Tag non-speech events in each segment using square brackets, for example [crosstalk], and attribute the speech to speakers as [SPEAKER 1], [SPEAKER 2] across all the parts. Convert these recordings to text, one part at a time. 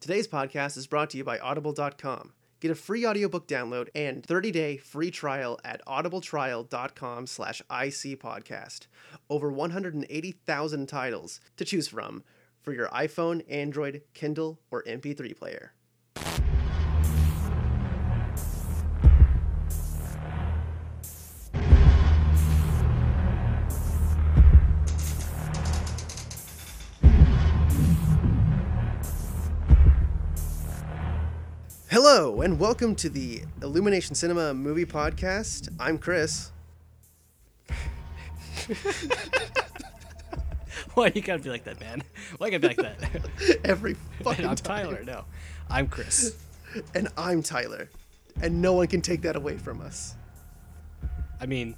[SPEAKER 1] Today's podcast is brought to you by audible.com. Get a free audiobook download and 30-day free trial at audibletrial.com slash icpodcast. Over 180,000 titles to choose from for your iPhone, Android, Kindle, or MP3 player. Hello, and welcome to the Illumination Cinema Movie Podcast. I'm Chris. [laughs]
[SPEAKER 2] [laughs] Why you gotta be like that, man? Why you gotta be like that? [laughs]
[SPEAKER 1] Every [laughs] fucking
[SPEAKER 2] and I'm
[SPEAKER 1] time.
[SPEAKER 2] Tyler. No, I'm Chris.
[SPEAKER 1] And I'm Tyler. And no one can take that away from us.
[SPEAKER 2] I mean,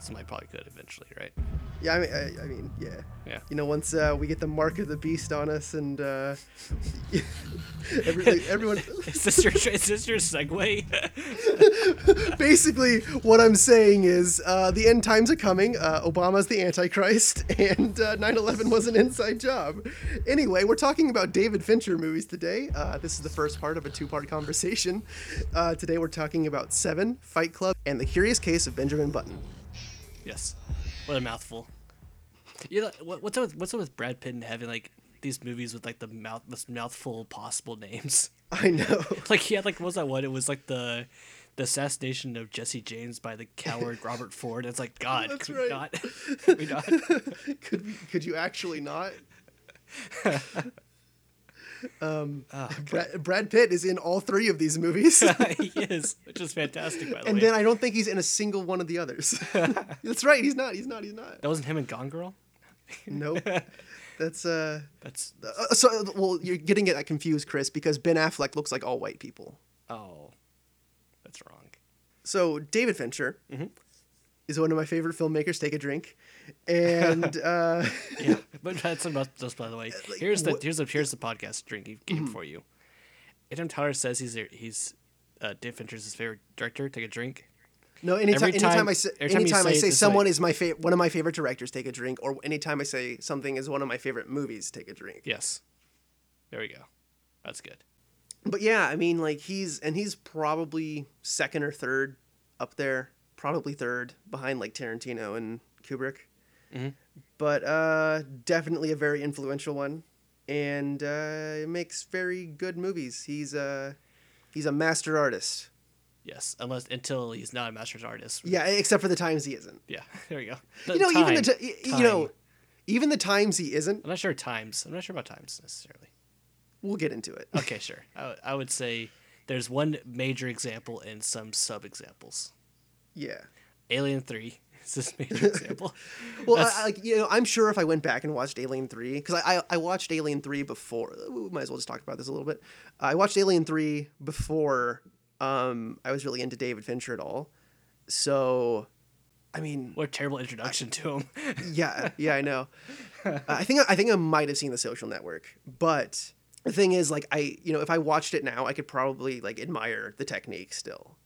[SPEAKER 2] somebody probably could eventually,
[SPEAKER 1] [laughs]
[SPEAKER 2] right?
[SPEAKER 1] Yeah, I mean, I, I mean yeah.
[SPEAKER 2] Yeah.
[SPEAKER 1] You know, once uh, we get the mark of the beast on us and uh, [laughs] every, like, everyone.
[SPEAKER 2] Is this your is this your segue? [laughs]
[SPEAKER 1] Basically, what I'm saying is uh, the end times are coming. Uh, Obama's the Antichrist, [laughs] and uh, 9/11 was an inside job. Anyway, we're talking about David Fincher movies today. Uh, this is the first part of a two-part conversation. Uh, today, we're talking about Seven, Fight Club, and The Curious Case of Benjamin Button.
[SPEAKER 2] yes. What a mouthful. You know what, what's up with, what's up with Brad Pitt and having like these movies with like the mouth most mouthful possible names? [laughs]
[SPEAKER 1] I know.
[SPEAKER 2] Like he had like what was that one? It was like the the assassination of Jesse James by the coward Robert Ford. It's like God,
[SPEAKER 1] That's
[SPEAKER 2] could
[SPEAKER 1] right. [laughs]
[SPEAKER 2] we not? Could we not? [laughs]
[SPEAKER 1] could we, could you actually not?
[SPEAKER 2] Oh,
[SPEAKER 1] Brad, Um, Brad Pitt is in all three of these movies.
[SPEAKER 2] he is, which is fantastic by the
[SPEAKER 1] And
[SPEAKER 2] way.
[SPEAKER 1] then I don't think he's in a single one of the others. [laughs] That's right. He's not. He's not. He's not.
[SPEAKER 2] That wasn't him in Gone Girl.
[SPEAKER 1] Nope. That's uh,
[SPEAKER 2] That's
[SPEAKER 1] uh, so. uh, Well, you're getting it confused, Chris, because Ben Affleck looks like all white people.
[SPEAKER 2] oh, that's
[SPEAKER 1] [laughs]
[SPEAKER 2] wrong.
[SPEAKER 1] So David Fincher is one of my favorite filmmakers. Take a drink, and uh,
[SPEAKER 2] Yeah, but that's about this. By the
[SPEAKER 1] [laughs]
[SPEAKER 2] way, here's the
[SPEAKER 1] what- Mm-hmm.
[SPEAKER 2] here's the here's the podcast drinking game for you. Adam Tyler says he's a- he's uh, Dave Fincher's his favorite director. Take a drink.
[SPEAKER 1] no, anytime,
[SPEAKER 2] Every time-
[SPEAKER 1] anytime I say,
[SPEAKER 2] every time you
[SPEAKER 1] anytime I
[SPEAKER 2] say it
[SPEAKER 1] say
[SPEAKER 2] this
[SPEAKER 1] someone
[SPEAKER 2] way-
[SPEAKER 1] is my favorite, one of my favorite directors, take a drink, or anytime I say something is one of my favorite movies, take a drink.
[SPEAKER 2] Yes, there we go. That's good.
[SPEAKER 1] But yeah, I mean, like he's and he's probably second or third up there, probably third behind like Tarantino and Kubrick.
[SPEAKER 2] Mm-hmm.
[SPEAKER 1] But uh, definitely a very influential one, and uh, makes very good movies. He's a he's a master artist.
[SPEAKER 2] Yes, unless until he's not a master's artist.
[SPEAKER 1] Yeah, except for the times he isn't.
[SPEAKER 2] Yeah, [laughs] there we go.
[SPEAKER 1] You know, even the
[SPEAKER 2] Time.
[SPEAKER 1] ti- y- you know,
[SPEAKER 2] Time.
[SPEAKER 1] even the times he isn't.
[SPEAKER 2] I'm not sure times. I'm not sure about times necessarily.
[SPEAKER 1] We'll get into it.
[SPEAKER 2] Okay, sure. I, w- I would say there's one major example and some sub examples.
[SPEAKER 1] Yeah.
[SPEAKER 2] Alien Three is this [laughs] major example.
[SPEAKER 1] [laughs] Well, I,
[SPEAKER 2] That's-
[SPEAKER 1] I- like you know, I'm sure if I went back and watched Alien Three, because I, I I watched Alien Three before. We might as well just talk about this a little bit. I watched Alien Three before um, I was really into David Fincher at all. So, I mean,
[SPEAKER 2] What a terrible introduction to him. [laughs]
[SPEAKER 1] yeah, yeah, I know. Uh, I think I think I might have seen The Social Network, but the thing is, like, I you know, if I watched it now, I could probably like admire the technique still.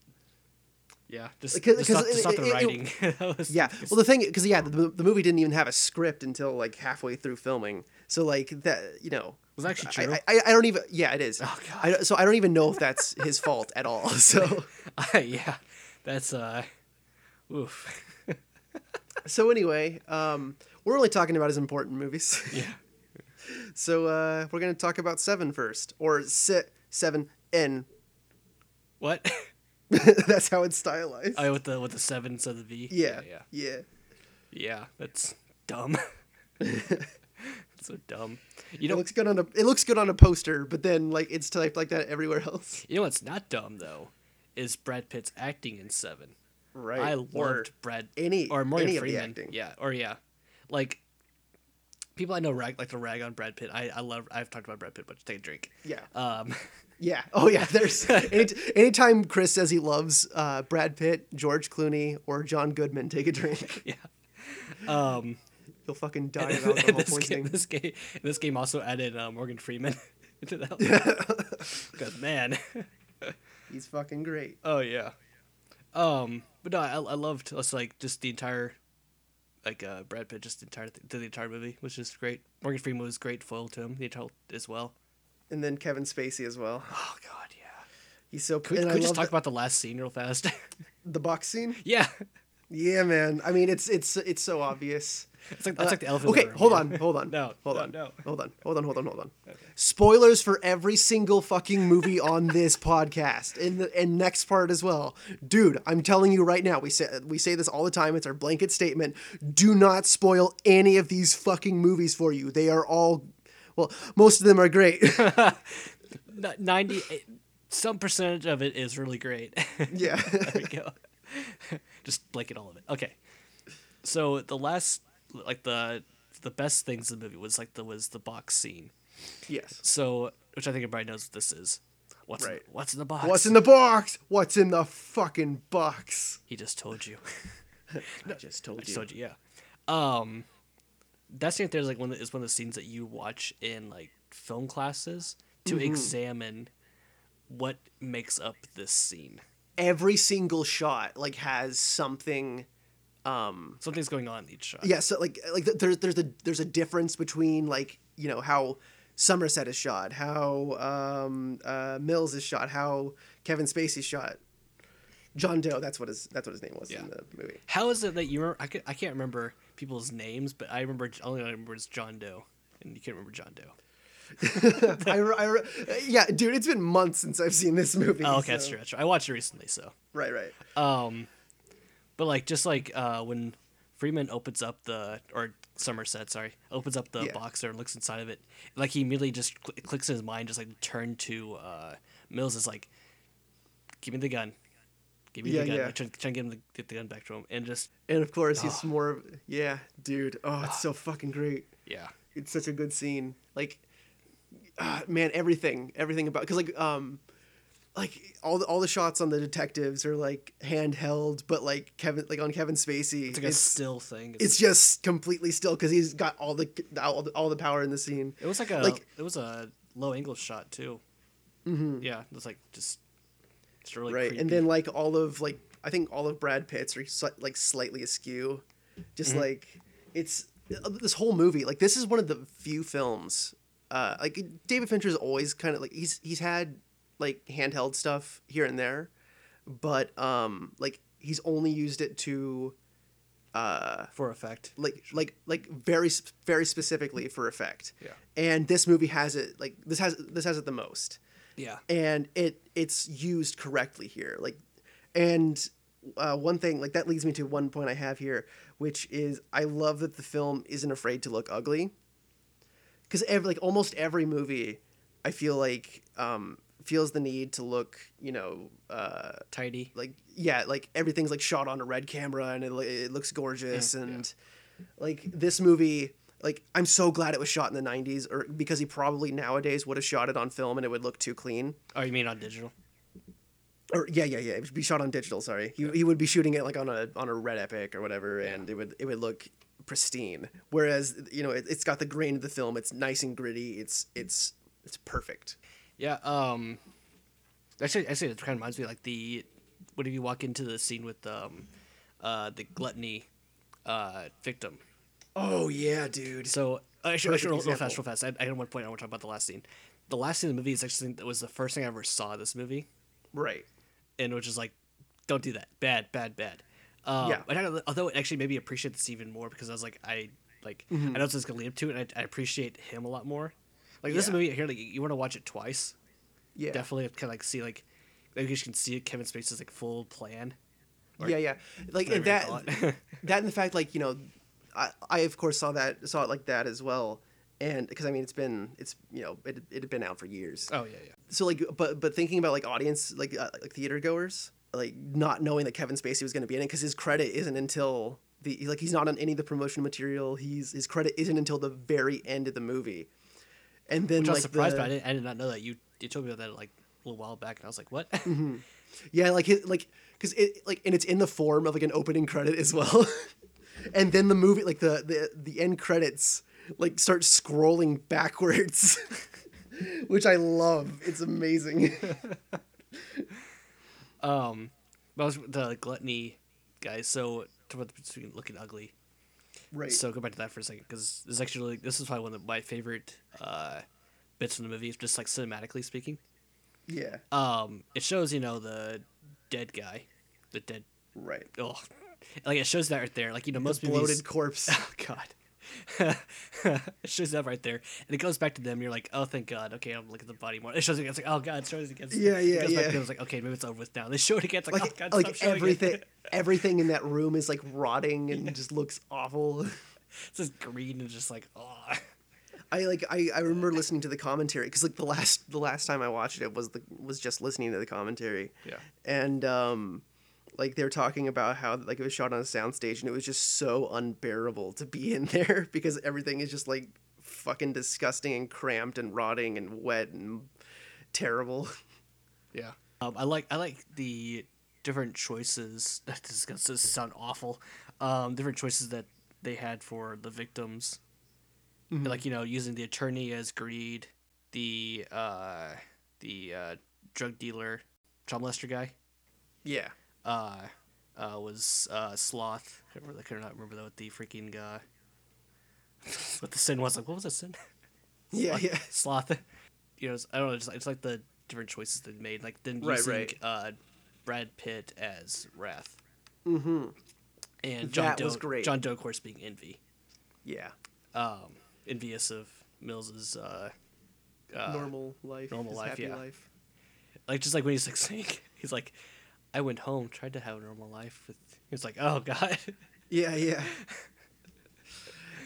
[SPEAKER 2] Yeah, just,
[SPEAKER 1] Because-
[SPEAKER 2] just, not,
[SPEAKER 1] because
[SPEAKER 2] just not the
[SPEAKER 1] it- it- it-
[SPEAKER 2] writing. [laughs] That was-
[SPEAKER 1] Yeah. Well, the thing, because yeah, the, the movie didn't even have a script until like halfway through filming. So like that, you know,
[SPEAKER 2] Was that actually
[SPEAKER 1] I-
[SPEAKER 2] true? Oh,
[SPEAKER 1] I, I, I don't even. Yeah, it is.
[SPEAKER 2] God.
[SPEAKER 1] I don't- so I don't even know if that's his fault at all. [laughs]
[SPEAKER 2] [laughs]
[SPEAKER 1] So
[SPEAKER 2] yeah, that's uh, oof. [laughs]
[SPEAKER 1] so anyway, um, we're only talking about his important movies.
[SPEAKER 2] Yeah,
[SPEAKER 1] [laughs] So uh, we're gonna talk about Seven first, or si- Seven N. [laughs]
[SPEAKER 2] what? [laughs]
[SPEAKER 1] that's how it's stylized.
[SPEAKER 2] Oh, with the with the seven instead of the V.
[SPEAKER 1] yeah,
[SPEAKER 2] yeah,
[SPEAKER 1] yeah.
[SPEAKER 2] yeah. That's
[SPEAKER 1] [laughs]
[SPEAKER 2] dumb. [laughs] so dumb.
[SPEAKER 1] It
[SPEAKER 2] You know,
[SPEAKER 1] looks good on a it looks good on a poster, but then like it's typed like that everywhere [laughs] else.
[SPEAKER 2] you know what's not dumb though, is Brad Pitt's acting in Seven.
[SPEAKER 1] Right.
[SPEAKER 2] I
[SPEAKER 1] Or-
[SPEAKER 2] loved Brad
[SPEAKER 1] any-
[SPEAKER 2] or Morgan
[SPEAKER 1] any of the
[SPEAKER 2] Freeman.
[SPEAKER 1] acting.
[SPEAKER 2] Yeah, or yeah, like people I know rag like to rag on Brad Pitt. I, I love. I've talked about Brad Pitt, but take a drink.
[SPEAKER 1] Yeah.
[SPEAKER 2] Um,
[SPEAKER 1] Yeah. [laughs] Oh, yeah. There's any, anytime Chris says he loves uh, Brad Pitt, George Clooney, or John Goodman, take a drink.
[SPEAKER 2] [laughs] yeah. Um.
[SPEAKER 1] You'll fucking die of
[SPEAKER 2] [laughs] And
[SPEAKER 1] alcohol
[SPEAKER 2] this, game,
[SPEAKER 1] poisoning.
[SPEAKER 2] this game, this game also added uh, Morgan Freeman [laughs]
[SPEAKER 1] [laughs]
[SPEAKER 2] into that. Because man, [laughs]
[SPEAKER 1] He's fucking great.
[SPEAKER 2] oh yeah. Um, but no, I, I loved it's like just the entire, like uh, Brad Pitt just the entire th- did the entire movie, which is great. Morgan Freeman was great foil to him the entire as well.
[SPEAKER 1] and then Kevin Spacey as well.
[SPEAKER 2] Oh god, yeah.
[SPEAKER 1] He's so.
[SPEAKER 2] Could,
[SPEAKER 1] and
[SPEAKER 2] could
[SPEAKER 1] I
[SPEAKER 2] we just
[SPEAKER 1] love
[SPEAKER 2] talk
[SPEAKER 1] the,
[SPEAKER 2] about the last scene real fast? [laughs]
[SPEAKER 1] the box scene.
[SPEAKER 2] yeah,
[SPEAKER 1] Yeah, man. I mean, it's it's it's so obvious.
[SPEAKER 2] it's like that's like the
[SPEAKER 1] Uh,
[SPEAKER 2] elephant. in
[SPEAKER 1] Okay,
[SPEAKER 2] the room,
[SPEAKER 1] hold
[SPEAKER 2] yeah.
[SPEAKER 1] on, hold on.
[SPEAKER 2] [laughs] No,
[SPEAKER 1] hold
[SPEAKER 2] no,
[SPEAKER 1] on,
[SPEAKER 2] no.
[SPEAKER 1] hold on, hold on, hold on, hold on. Spoilers for every single fucking movie on this podcast, and the, and next part as well, dude. I'm telling you right now, we say we say this all the time. It's our blanket statement. Do not spoil any of these fucking movies for you. They are all, well, most of them are
[SPEAKER 2] [laughs]
[SPEAKER 1] great. [laughs]
[SPEAKER 2] N- Ninety, eh, some percentage of it is really great. [laughs]
[SPEAKER 1] yeah,
[SPEAKER 2] there we go. [laughs] Just blanket all of it. Okay. So the last, like the the best things in the movie was like the was the box scene.
[SPEAKER 1] yes.
[SPEAKER 2] So which I think everybody knows what this is. What's in-
[SPEAKER 1] Right.
[SPEAKER 2] what's in the box?
[SPEAKER 1] What's in the box? What's in the fucking box?
[SPEAKER 2] he just told you. [laughs]
[SPEAKER 1] I just told
[SPEAKER 2] I told you, yeah. Um, that scene there is like one of the- is one of the scenes that you watch in like film classes to
[SPEAKER 1] Mm-hmm.
[SPEAKER 2] examine what makes up this scene.
[SPEAKER 1] Every single shot like has something. Um,
[SPEAKER 2] Something's going on in each shot.
[SPEAKER 1] yeah so like like th- there's there's a there's a difference between like you know how somerset is shot how um uh mills is shot how kevin spacey's shot john doe that's what his that's what his name was in
[SPEAKER 2] Yeah.
[SPEAKER 1] the movie
[SPEAKER 2] How is it that you remember? I, could, I can't remember people's names, but I remember only I remember is John Doe, and you can't remember John Doe.
[SPEAKER 1] I, re- I re- yeah dude it's been months since i've seen this movie
[SPEAKER 2] Oh, okay, that's
[SPEAKER 1] so-
[SPEAKER 2] true. That's true. I watched it recently, so.
[SPEAKER 1] right right
[SPEAKER 2] Um, but like just like uh, when Freeman opens up the or Somerset, sorry, opens up the
[SPEAKER 1] Yeah.
[SPEAKER 2] box there and looks inside of it, like he immediately just cl- it clicks in his mind, just like turn to uh, Mills is like, "Give me the gun, give me
[SPEAKER 1] Yeah,
[SPEAKER 2] the gun."
[SPEAKER 1] yeah.
[SPEAKER 2] Like, trying, trying to get him the, get the gun back to him, and just
[SPEAKER 1] and of course he's more of yeah dude oh it's so fucking great
[SPEAKER 2] yeah,
[SPEAKER 1] it's such a good scene. Like, ah, man, everything, everything about because like um, like all the all the shots on the detectives are like handheld, but like Kevin, like on Kevin Spacey,
[SPEAKER 2] it's
[SPEAKER 1] it's
[SPEAKER 2] like a still thing. It's,
[SPEAKER 1] it's just completely still because he's got all the all the, all the power in the scene.
[SPEAKER 2] it was like a
[SPEAKER 1] like-
[SPEAKER 2] it was a low angle shot too. Mm-hmm. Yeah, it's like just it's really
[SPEAKER 1] right
[SPEAKER 2] creepy.
[SPEAKER 1] and then like all of like i think all of brad pitt's are sli- like slightly askew just
[SPEAKER 2] Mm-hmm.
[SPEAKER 1] like it's uh, this whole movie like this is one of the few films uh like david fincher's always kind of like he's he's had like handheld stuff here and there but um like he's only used it to uh
[SPEAKER 2] for effect,
[SPEAKER 1] like like like very sp- very specifically for effect
[SPEAKER 2] Yeah.
[SPEAKER 1] and this movie has it like this has this has it the most
[SPEAKER 2] yeah,
[SPEAKER 1] and it it's used correctly here like and uh, one thing like that leads me to one point i have here which is i love that the film isn't afraid to look ugly because every like almost every movie i feel like um feels the need to look you know uh
[SPEAKER 2] tidy.
[SPEAKER 1] like yeah like everything's like shot on a red camera and it, lo- it looks gorgeous and like this movie like i'm so glad it was shot in the 90s or because he probably nowadays would have shot it on film and it would look too clean
[SPEAKER 2] Oh, you mean on digital?
[SPEAKER 1] or yeah yeah yeah it would be shot on digital sorry he, he would be shooting it like on a on a red epic or whatever and it would it would look pristine whereas you know it, it's got the grain of the film it's nice and gritty it's it's it's perfect
[SPEAKER 2] Yeah. Um. Actually, actually, it kind of reminds me like the whenever you walk into the scene with um, uh, the gluttony, uh, victim.
[SPEAKER 1] oh yeah dude
[SPEAKER 2] So uh,
[SPEAKER 1] Perfect
[SPEAKER 2] actually, actually real, real fast,
[SPEAKER 1] example.
[SPEAKER 2] real fast. I, I had one point I want to talk about the last scene. The last scene in the movie is actually that was the first thing I ever saw in this movie,
[SPEAKER 1] right
[SPEAKER 2] and which is like, don't do that, bad, bad, bad. Um,
[SPEAKER 1] Yeah.
[SPEAKER 2] And I, although it actually made me appreciate this even more because I was like, I like
[SPEAKER 1] Mm-hmm.
[SPEAKER 2] I know this is gonna lead up to it, and I, I appreciate him a lot more. Like this
[SPEAKER 1] Yeah.
[SPEAKER 2] movie here, like you want to watch it twice
[SPEAKER 1] yeah
[SPEAKER 2] definitely have to kind of like see like like you can see Kevin Spacey's like full plan.
[SPEAKER 1] yeah yeah like
[SPEAKER 2] Whatever you
[SPEAKER 1] that
[SPEAKER 2] call
[SPEAKER 1] [laughs]
[SPEAKER 2] it.
[SPEAKER 1] that and the fact like you know i i of course saw that saw it like that as well and because i mean it's been it's you know it, it had been out for years
[SPEAKER 2] oh yeah, yeah.
[SPEAKER 1] so like but but thinking about like audience like uh, like theater goers like not knowing that kevin spacey was going to be in it because his credit isn't until the like he's not on any of the promotion material he's his credit isn't until the very end of the movie and then
[SPEAKER 2] Which I was
[SPEAKER 1] like
[SPEAKER 2] surprised,
[SPEAKER 1] the-
[SPEAKER 2] but I, didn't, I did not know that you you told me about that like a little while back, and I was like, what?
[SPEAKER 1] Mm-hmm. Yeah, like his, like because it like and it's in the form of like an opening credit as well, [laughs] and then the movie like the the the end credits like start scrolling backwards, [laughs] which I love. It's amazing.
[SPEAKER 2] [laughs]
[SPEAKER 1] [laughs]
[SPEAKER 2] um, but I was the gluttony guy. So talk about the difference between looking ugly.
[SPEAKER 1] right.
[SPEAKER 2] So go back to that for a second because this is actually this is probably one of my favorite uh bits from the movie, just like cinematically speaking.
[SPEAKER 1] Yeah.
[SPEAKER 2] Um, it shows you know the dead guy, the dead.
[SPEAKER 1] Right.
[SPEAKER 2] Oh, like it shows that right there. Like you know most
[SPEAKER 1] the bloated
[SPEAKER 2] movies.
[SPEAKER 1] corpse.
[SPEAKER 2] [laughs] Oh God. [laughs] it shows that right there, and it goes back to them. You're like, oh, thank God. Okay, I'm looking at the body more. It shows again. It's like, oh God, it shows again.
[SPEAKER 1] Yeah, yeah,
[SPEAKER 2] it goes Back
[SPEAKER 1] yeah.
[SPEAKER 2] to them, it's like, okay, maybe it's over with now. They show it again. It's like,
[SPEAKER 1] Like,
[SPEAKER 2] oh God, stop
[SPEAKER 1] like
[SPEAKER 2] showing it. [laughs]
[SPEAKER 1] everything, everything in that room is like rotting and just looks
[SPEAKER 2] [laughs]
[SPEAKER 1] awful.
[SPEAKER 2] It's just green and just like, oh.
[SPEAKER 1] I like I, I remember listening to the commentary because like the last the last time I watched it was the was just listening to the commentary.
[SPEAKER 2] Yeah.
[SPEAKER 1] And um, like they were talking about how like it was shot on a soundstage and it was just so unbearable to be in [laughs] there because everything is just like fucking disgusting and cramped and rotting and wet and terrible. [laughs]
[SPEAKER 2] Yeah. Um, I like I like the different choices. [laughs] This is gonna s- sound awful. Um, different choices that they had for the victims, like you know, using the attorney as greed, the uh, the uh, drug dealer, child molester guy,
[SPEAKER 1] Yeah.
[SPEAKER 2] uh, uh, was uh, sloth. I really cannot remember that. What the freaking uh, [laughs] what the sin was like? What was the sin? [laughs]
[SPEAKER 1] Yeah. Yeah.
[SPEAKER 2] sloth. You know, it's, I don't know. It's, it's like the different choices they made. Like then
[SPEAKER 1] Right,
[SPEAKER 2] using
[SPEAKER 1] right.
[SPEAKER 2] Uh, Brad Pitt as Wrath,
[SPEAKER 1] Mm-hmm.
[SPEAKER 2] and John
[SPEAKER 1] That
[SPEAKER 2] Doe,
[SPEAKER 1] was great.
[SPEAKER 2] John Doe, of course, being Envy,
[SPEAKER 1] Yeah.
[SPEAKER 2] um, envious of Mills's. Uh, uh,
[SPEAKER 1] normal life.
[SPEAKER 2] normal
[SPEAKER 1] his
[SPEAKER 2] life,
[SPEAKER 1] Happy
[SPEAKER 2] yeah.
[SPEAKER 1] life.
[SPEAKER 2] like just like when he's like [laughs] saying, he's like, I went home, tried to have a normal life. With... He's like, oh [laughs] god,
[SPEAKER 1] Yeah. Yeah. [laughs]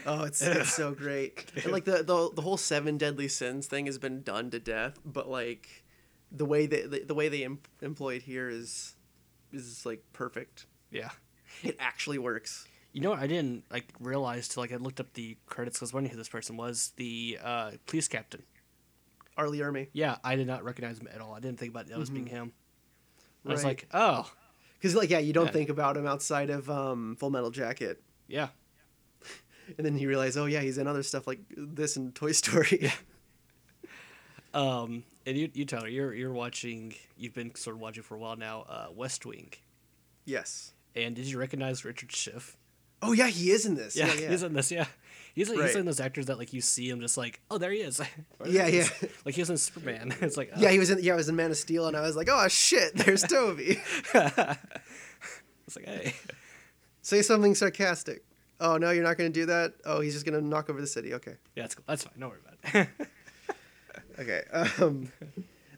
[SPEAKER 1] Oh, it's, it's [laughs] so great. And, like the, the the whole seven deadly sins thing has been done to death, but like the way that the, the way they em- employ it here is is like perfect.
[SPEAKER 2] yeah.
[SPEAKER 1] It actually works.
[SPEAKER 2] You know what? I didn't like realize till like I looked up the credits because wondering who this person was. The uh, police captain.
[SPEAKER 1] Arlie Ermy,
[SPEAKER 2] Yeah, I did not recognize him at all. I didn't think about that was being him. I was
[SPEAKER 1] Right.
[SPEAKER 2] like, oh,
[SPEAKER 1] because like yeah, you don't
[SPEAKER 2] Yeah.
[SPEAKER 1] think about him outside of um, Full Metal Jacket,
[SPEAKER 2] yeah.
[SPEAKER 1] and then you realize, oh yeah, he's in other stuff like this and Toy Story.
[SPEAKER 2] Um, and you, you Tyler, you're you're watching. You've been sort of watching for a while now. Uh, West Wing.
[SPEAKER 1] [laughs] yes.
[SPEAKER 2] And did you recognize Richard Schiff?
[SPEAKER 1] Oh yeah, he is in this. Yeah,
[SPEAKER 2] Yeah,
[SPEAKER 1] yeah.
[SPEAKER 2] he's in this. Yeah, he's like, he's
[SPEAKER 1] Right.
[SPEAKER 2] in those actors that like you see him just like, oh, there he is. [laughs] Or
[SPEAKER 1] Yeah,
[SPEAKER 2] there he is.
[SPEAKER 1] yeah.
[SPEAKER 2] [laughs] Like he was in Superman. [laughs] it's like, oh.
[SPEAKER 1] Yeah, he was in. Yeah, I was in Man of Steel, and I was like, "Oh shit, [laughs] there's Toby."
[SPEAKER 2] It's like, hey, [laughs]
[SPEAKER 1] Say something sarcastic. Oh no, you're not gonna do that. Oh, he's just gonna knock over the city. Okay,
[SPEAKER 2] yeah, it's cool. that's fine. Don't worry about it.
[SPEAKER 1] okay. Um,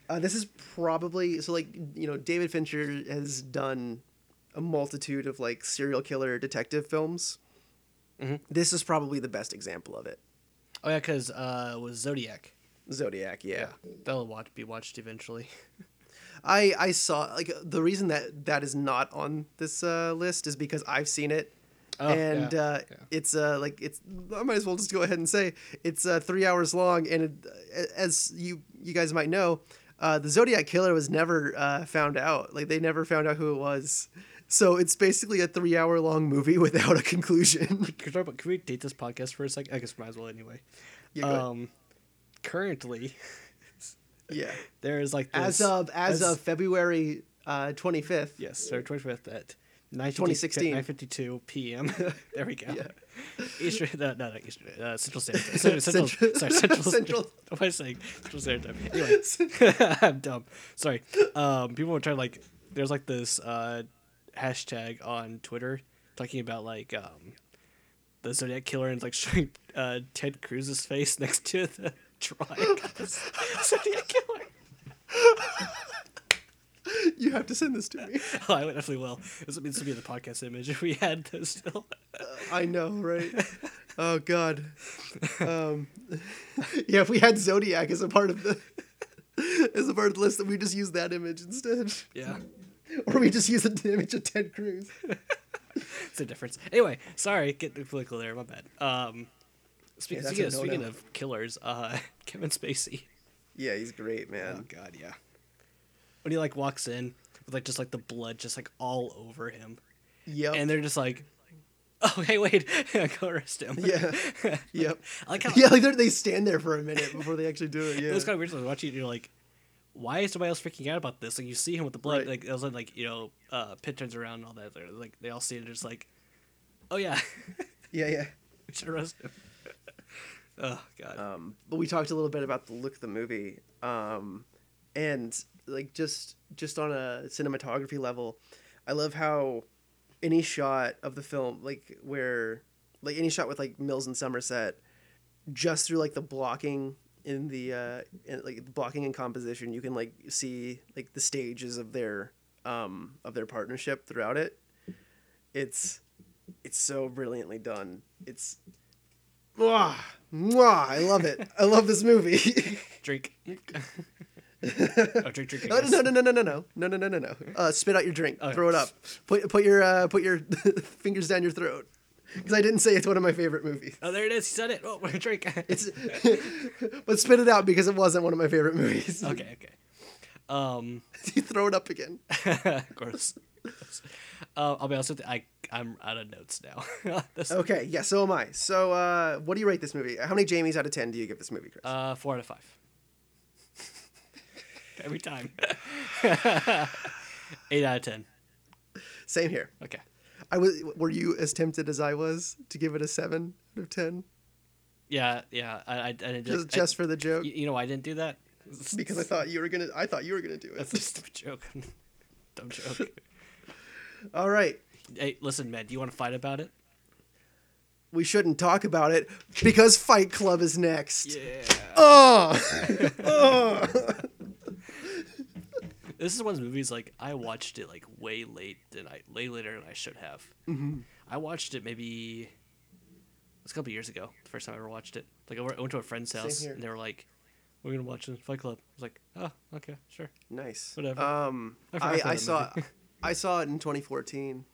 [SPEAKER 1] uh, this is probably so. Like you know, David Fincher has done a multitude of like serial killer detective films. This is probably the best example of it.
[SPEAKER 2] oh yeah, because uh, was Zodiac.
[SPEAKER 1] Zodiac, yeah.
[SPEAKER 2] that'll watch, be watched eventually. [laughs]
[SPEAKER 1] I I saw like the reason that that is not on this uh, list is because I've seen it,
[SPEAKER 2] Oh,
[SPEAKER 1] and
[SPEAKER 2] yeah,
[SPEAKER 1] uh,
[SPEAKER 2] yeah.
[SPEAKER 1] it's uh, like it's I might as well just go ahead and say it's uh, three hours long, and it, as you you guys might know, uh, the Zodiac killer was never uh, found out. Like they never found out who it was, so it's basically a three hour long movie [laughs] without a conclusion.
[SPEAKER 2] Can we, talk about, can we date this podcast for a second? I guess we might as well anyway.
[SPEAKER 1] [laughs] Yeah, go ahead.
[SPEAKER 2] um, currently [laughs]
[SPEAKER 1] yeah,
[SPEAKER 2] there is like
[SPEAKER 1] as
[SPEAKER 2] this,
[SPEAKER 1] of as, of February uh, twenty fifth.
[SPEAKER 2] Yes, so 25th at 9
[SPEAKER 1] 2016.
[SPEAKER 2] 9.52 p.m. [laughs] there we go. [laughs] Eastern, no, no, not Eastern, uh, Central Standard
[SPEAKER 1] [laughs]
[SPEAKER 2] Time. Sorry, Central,
[SPEAKER 1] Central- [laughs]
[SPEAKER 2] sorry, Central,
[SPEAKER 1] Central-
[SPEAKER 2] What am I saying? Central Standard Time.
[SPEAKER 1] [laughs]
[SPEAKER 2] Anyway, [laughs] I'm dumb. Sorry. Um, people were trying to, like, there's, like, this uh, hashtag on Twitter talking about, like, um, the Zodiac Killer and, like, [laughs] showing uh, Ted Cruz's face next to the [laughs] drawing of the [laughs] Zodiac Killer.
[SPEAKER 1] [laughs] You have to send this to me.
[SPEAKER 2] Oh, [laughs] I definitely will. This would be- this would be the podcast image if we had this still. [laughs]
[SPEAKER 1] I know, [laughs] right? oh God. Um, [laughs] yeah, if we had Zodiac as a part of the [laughs] as a part of the list, then we just use that image instead,
[SPEAKER 2] Yeah,
[SPEAKER 1] or we just use the image of Ted Cruz.
[SPEAKER 2] it's a difference. Anyway, sorry, get the political there. My bad. Um,
[SPEAKER 1] Yeah,
[SPEAKER 2] speaking,
[SPEAKER 1] that's
[SPEAKER 2] speaking,
[SPEAKER 1] a
[SPEAKER 2] of,
[SPEAKER 1] no-no.
[SPEAKER 2] speaking of killers, uh, [laughs] Kevin Spacey.
[SPEAKER 1] Yeah, he's great, man.
[SPEAKER 2] God, yeah. When he like walks in with like just like the blood just like all over him,
[SPEAKER 1] Yep.
[SPEAKER 2] and they're just like, "Oh, hey, wait, [laughs] go arrest him." [laughs]
[SPEAKER 1] yeah. [laughs] Yep.
[SPEAKER 2] I like how
[SPEAKER 1] yeah, like they're- they stand there for a minute before they actually do it. Yeah.
[SPEAKER 2] it was kind of weird. to watching it, you're like, "Why is nobody else freaking out about this?" Like you see him with the blood,
[SPEAKER 1] Right.
[SPEAKER 2] like it was when, like you know, uh, Pitt turns around and all that. They're like they all see it, and just like, "Oh yeah, [laughs]
[SPEAKER 1] yeah, yeah.
[SPEAKER 2] we should arrest him." Oh god.
[SPEAKER 1] Um, but we talked a little bit about the look of the movie, um, and like just just on a cinematography level, I love how any shot of the film, like where like any shot with like Mills and Somerset, just through like the blocking in the uh, in, like the blocking and composition, you can like see like the stages of their um, of their partnership throughout it. It's it's so brilliantly done. It's Mwah, mwah, I love it. I love this
[SPEAKER 2] [laughs]
[SPEAKER 1] movie. [laughs]
[SPEAKER 2] Drink. oh, drink, drink. I
[SPEAKER 1] no,
[SPEAKER 2] guess.
[SPEAKER 1] Uh, no, no, no, no, no, no, no, no, no, no, no. Uh, spit out your drink.
[SPEAKER 2] Okay.
[SPEAKER 1] Throw it up. Put put your uh, put your [laughs] fingers down your throat. Because I didn't say it's one of my favorite movies.
[SPEAKER 2] Oh, there it is. He said it. Oh, [laughs] drink.
[SPEAKER 1] It's, [laughs] but spit it out because it wasn't one of my favorite movies.
[SPEAKER 2] okay, okay. Um,
[SPEAKER 1] [laughs]
[SPEAKER 2] [laughs]
[SPEAKER 1] you throw it up again.
[SPEAKER 2] of [laughs] course. Uh, I'll be honest with you. I I'm out of notes now. [laughs] This-
[SPEAKER 1] Okay, yeah. So am I. So, uh, what do you rate this movie? How many Jamies out of ten do you give this movie, Chris?
[SPEAKER 2] uh, four out of five. [laughs] Every time. [laughs] Eight out of ten.
[SPEAKER 1] Same here.
[SPEAKER 2] Okay.
[SPEAKER 1] I was. Were you as tempted as I was to give it a seven out of ten,
[SPEAKER 2] Yeah, yeah. I, I, I didn't
[SPEAKER 1] just
[SPEAKER 2] I-
[SPEAKER 1] just for the joke?
[SPEAKER 2] you, you know, why I didn't
[SPEAKER 1] [laughs]
[SPEAKER 2] do that [laughs]
[SPEAKER 1] because I thought you were gonna. I thought you were gonna do it.
[SPEAKER 2] That's a stupid joke. [laughs] Dumb joke.
[SPEAKER 1] [laughs] All right,
[SPEAKER 2] hey, listen, man. Do you want to fight about it?
[SPEAKER 1] we shouldn't talk about [laughs] it because Fight Club is next.
[SPEAKER 2] Yeah.
[SPEAKER 1] Oh, oh.
[SPEAKER 2] This is one of those movies like I watched it like way late than I way later than I should have.
[SPEAKER 1] Mm-hmm.
[SPEAKER 2] I watched it maybe it was a couple years ago. The first time I ever watched it, like I went I went to a friend's house
[SPEAKER 1] here.
[SPEAKER 2] and they were like, "We're gonna watch a Fight Club." I was like, "Oh, okay, sure."
[SPEAKER 1] nice.
[SPEAKER 2] Whatever.
[SPEAKER 1] Um,
[SPEAKER 2] I forgot
[SPEAKER 1] I,
[SPEAKER 2] about
[SPEAKER 1] I
[SPEAKER 2] that [laughs]
[SPEAKER 1] saw,
[SPEAKER 2] movie.
[SPEAKER 1] I saw it in 2014.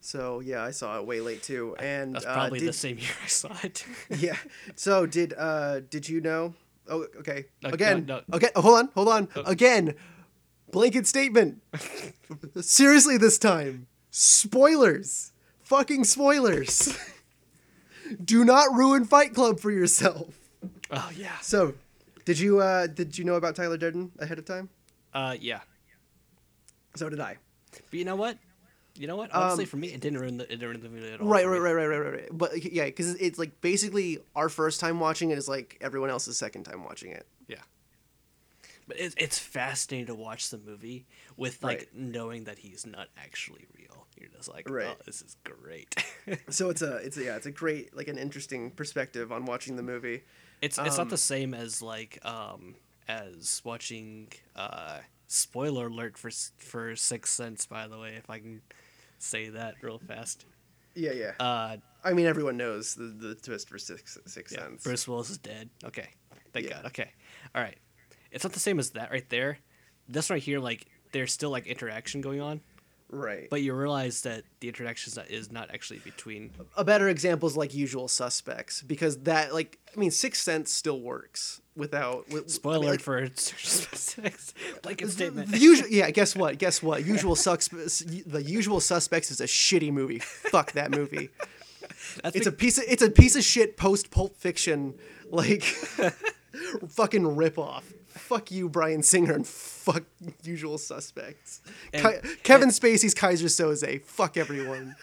[SPEAKER 1] So yeah, I saw it way late too. And
[SPEAKER 2] That's
[SPEAKER 1] uh,
[SPEAKER 2] probably
[SPEAKER 1] did,
[SPEAKER 2] the same [laughs] year I saw it.
[SPEAKER 1] [laughs] yeah. So did uh did you know? Oh, okay.
[SPEAKER 2] No,
[SPEAKER 1] Again.
[SPEAKER 2] no,
[SPEAKER 1] Okay. oh, hold on. Hold on. Again. Blanket statement.
[SPEAKER 2] [laughs]
[SPEAKER 1] Seriously this time. Spoilers. Fucking spoilers. [laughs] Do not ruin Fight Club for yourself.
[SPEAKER 2] oh yeah.
[SPEAKER 1] So, did you uh did you know about Tyler Durden ahead of time?
[SPEAKER 2] Uh yeah.
[SPEAKER 1] So did I.
[SPEAKER 2] But you know what? You know what? Honestly,
[SPEAKER 1] Um,
[SPEAKER 2] for me, it didn't ruin the it didn't ruin the movie at all.
[SPEAKER 1] Right,
[SPEAKER 2] for
[SPEAKER 1] right,
[SPEAKER 2] me.
[SPEAKER 1] right, right, right, right, right. But yeah, because it's like basically our first time watching it is like everyone else's second time watching it.
[SPEAKER 2] Yeah. But it's it's fascinating to watch the movie with like
[SPEAKER 1] Right.
[SPEAKER 2] knowing that he's not actually real. You're just like, oh,
[SPEAKER 1] Right.
[SPEAKER 2] this is great. [laughs]
[SPEAKER 1] So it's a it's a, yeah it's a great like an interesting perspective on watching the movie.
[SPEAKER 2] it's
[SPEAKER 1] um
[SPEAKER 2] it's not the same as like um as watching uh spoiler alert for s- for Sixth Sense by the way if I can say that real fast.
[SPEAKER 1] Yeah, yeah.
[SPEAKER 2] Uh,
[SPEAKER 1] I mean, everyone knows the, the twist for Six Six
[SPEAKER 2] yeah,
[SPEAKER 1] Sense.
[SPEAKER 2] Bruce Willis is dead. Okay, thank
[SPEAKER 1] Yeah.
[SPEAKER 2] God. Okay, all right. It's not the same as that right there. This right here, like there's still like interaction going on.
[SPEAKER 1] right. But
[SPEAKER 2] But you realize that the interaction is not, is not actually between.
[SPEAKER 1] a better example is like Usual Suspects because that like I mean Sixth Sense still works without with,
[SPEAKER 2] Spoiler
[SPEAKER 1] I mean, like,
[SPEAKER 2] for [laughs] sex. Blanket statement.
[SPEAKER 1] The usual, [laughs] yeah. Guess what? Guess what? Usual suspects. The Usual Suspects is a shitty movie. Fuck that movie. It's
[SPEAKER 2] That's [laughs] it's
[SPEAKER 1] a piece. Of, it's a piece of shit post Pulp Fiction,
[SPEAKER 2] [laughs]
[SPEAKER 1] like fucking ripoff. Fuck you, Brian Singer, and fuck Usual Suspects. Ki-
[SPEAKER 2] And-
[SPEAKER 1] Kevin Spacey's Kaiser Soze. Fuck everyone.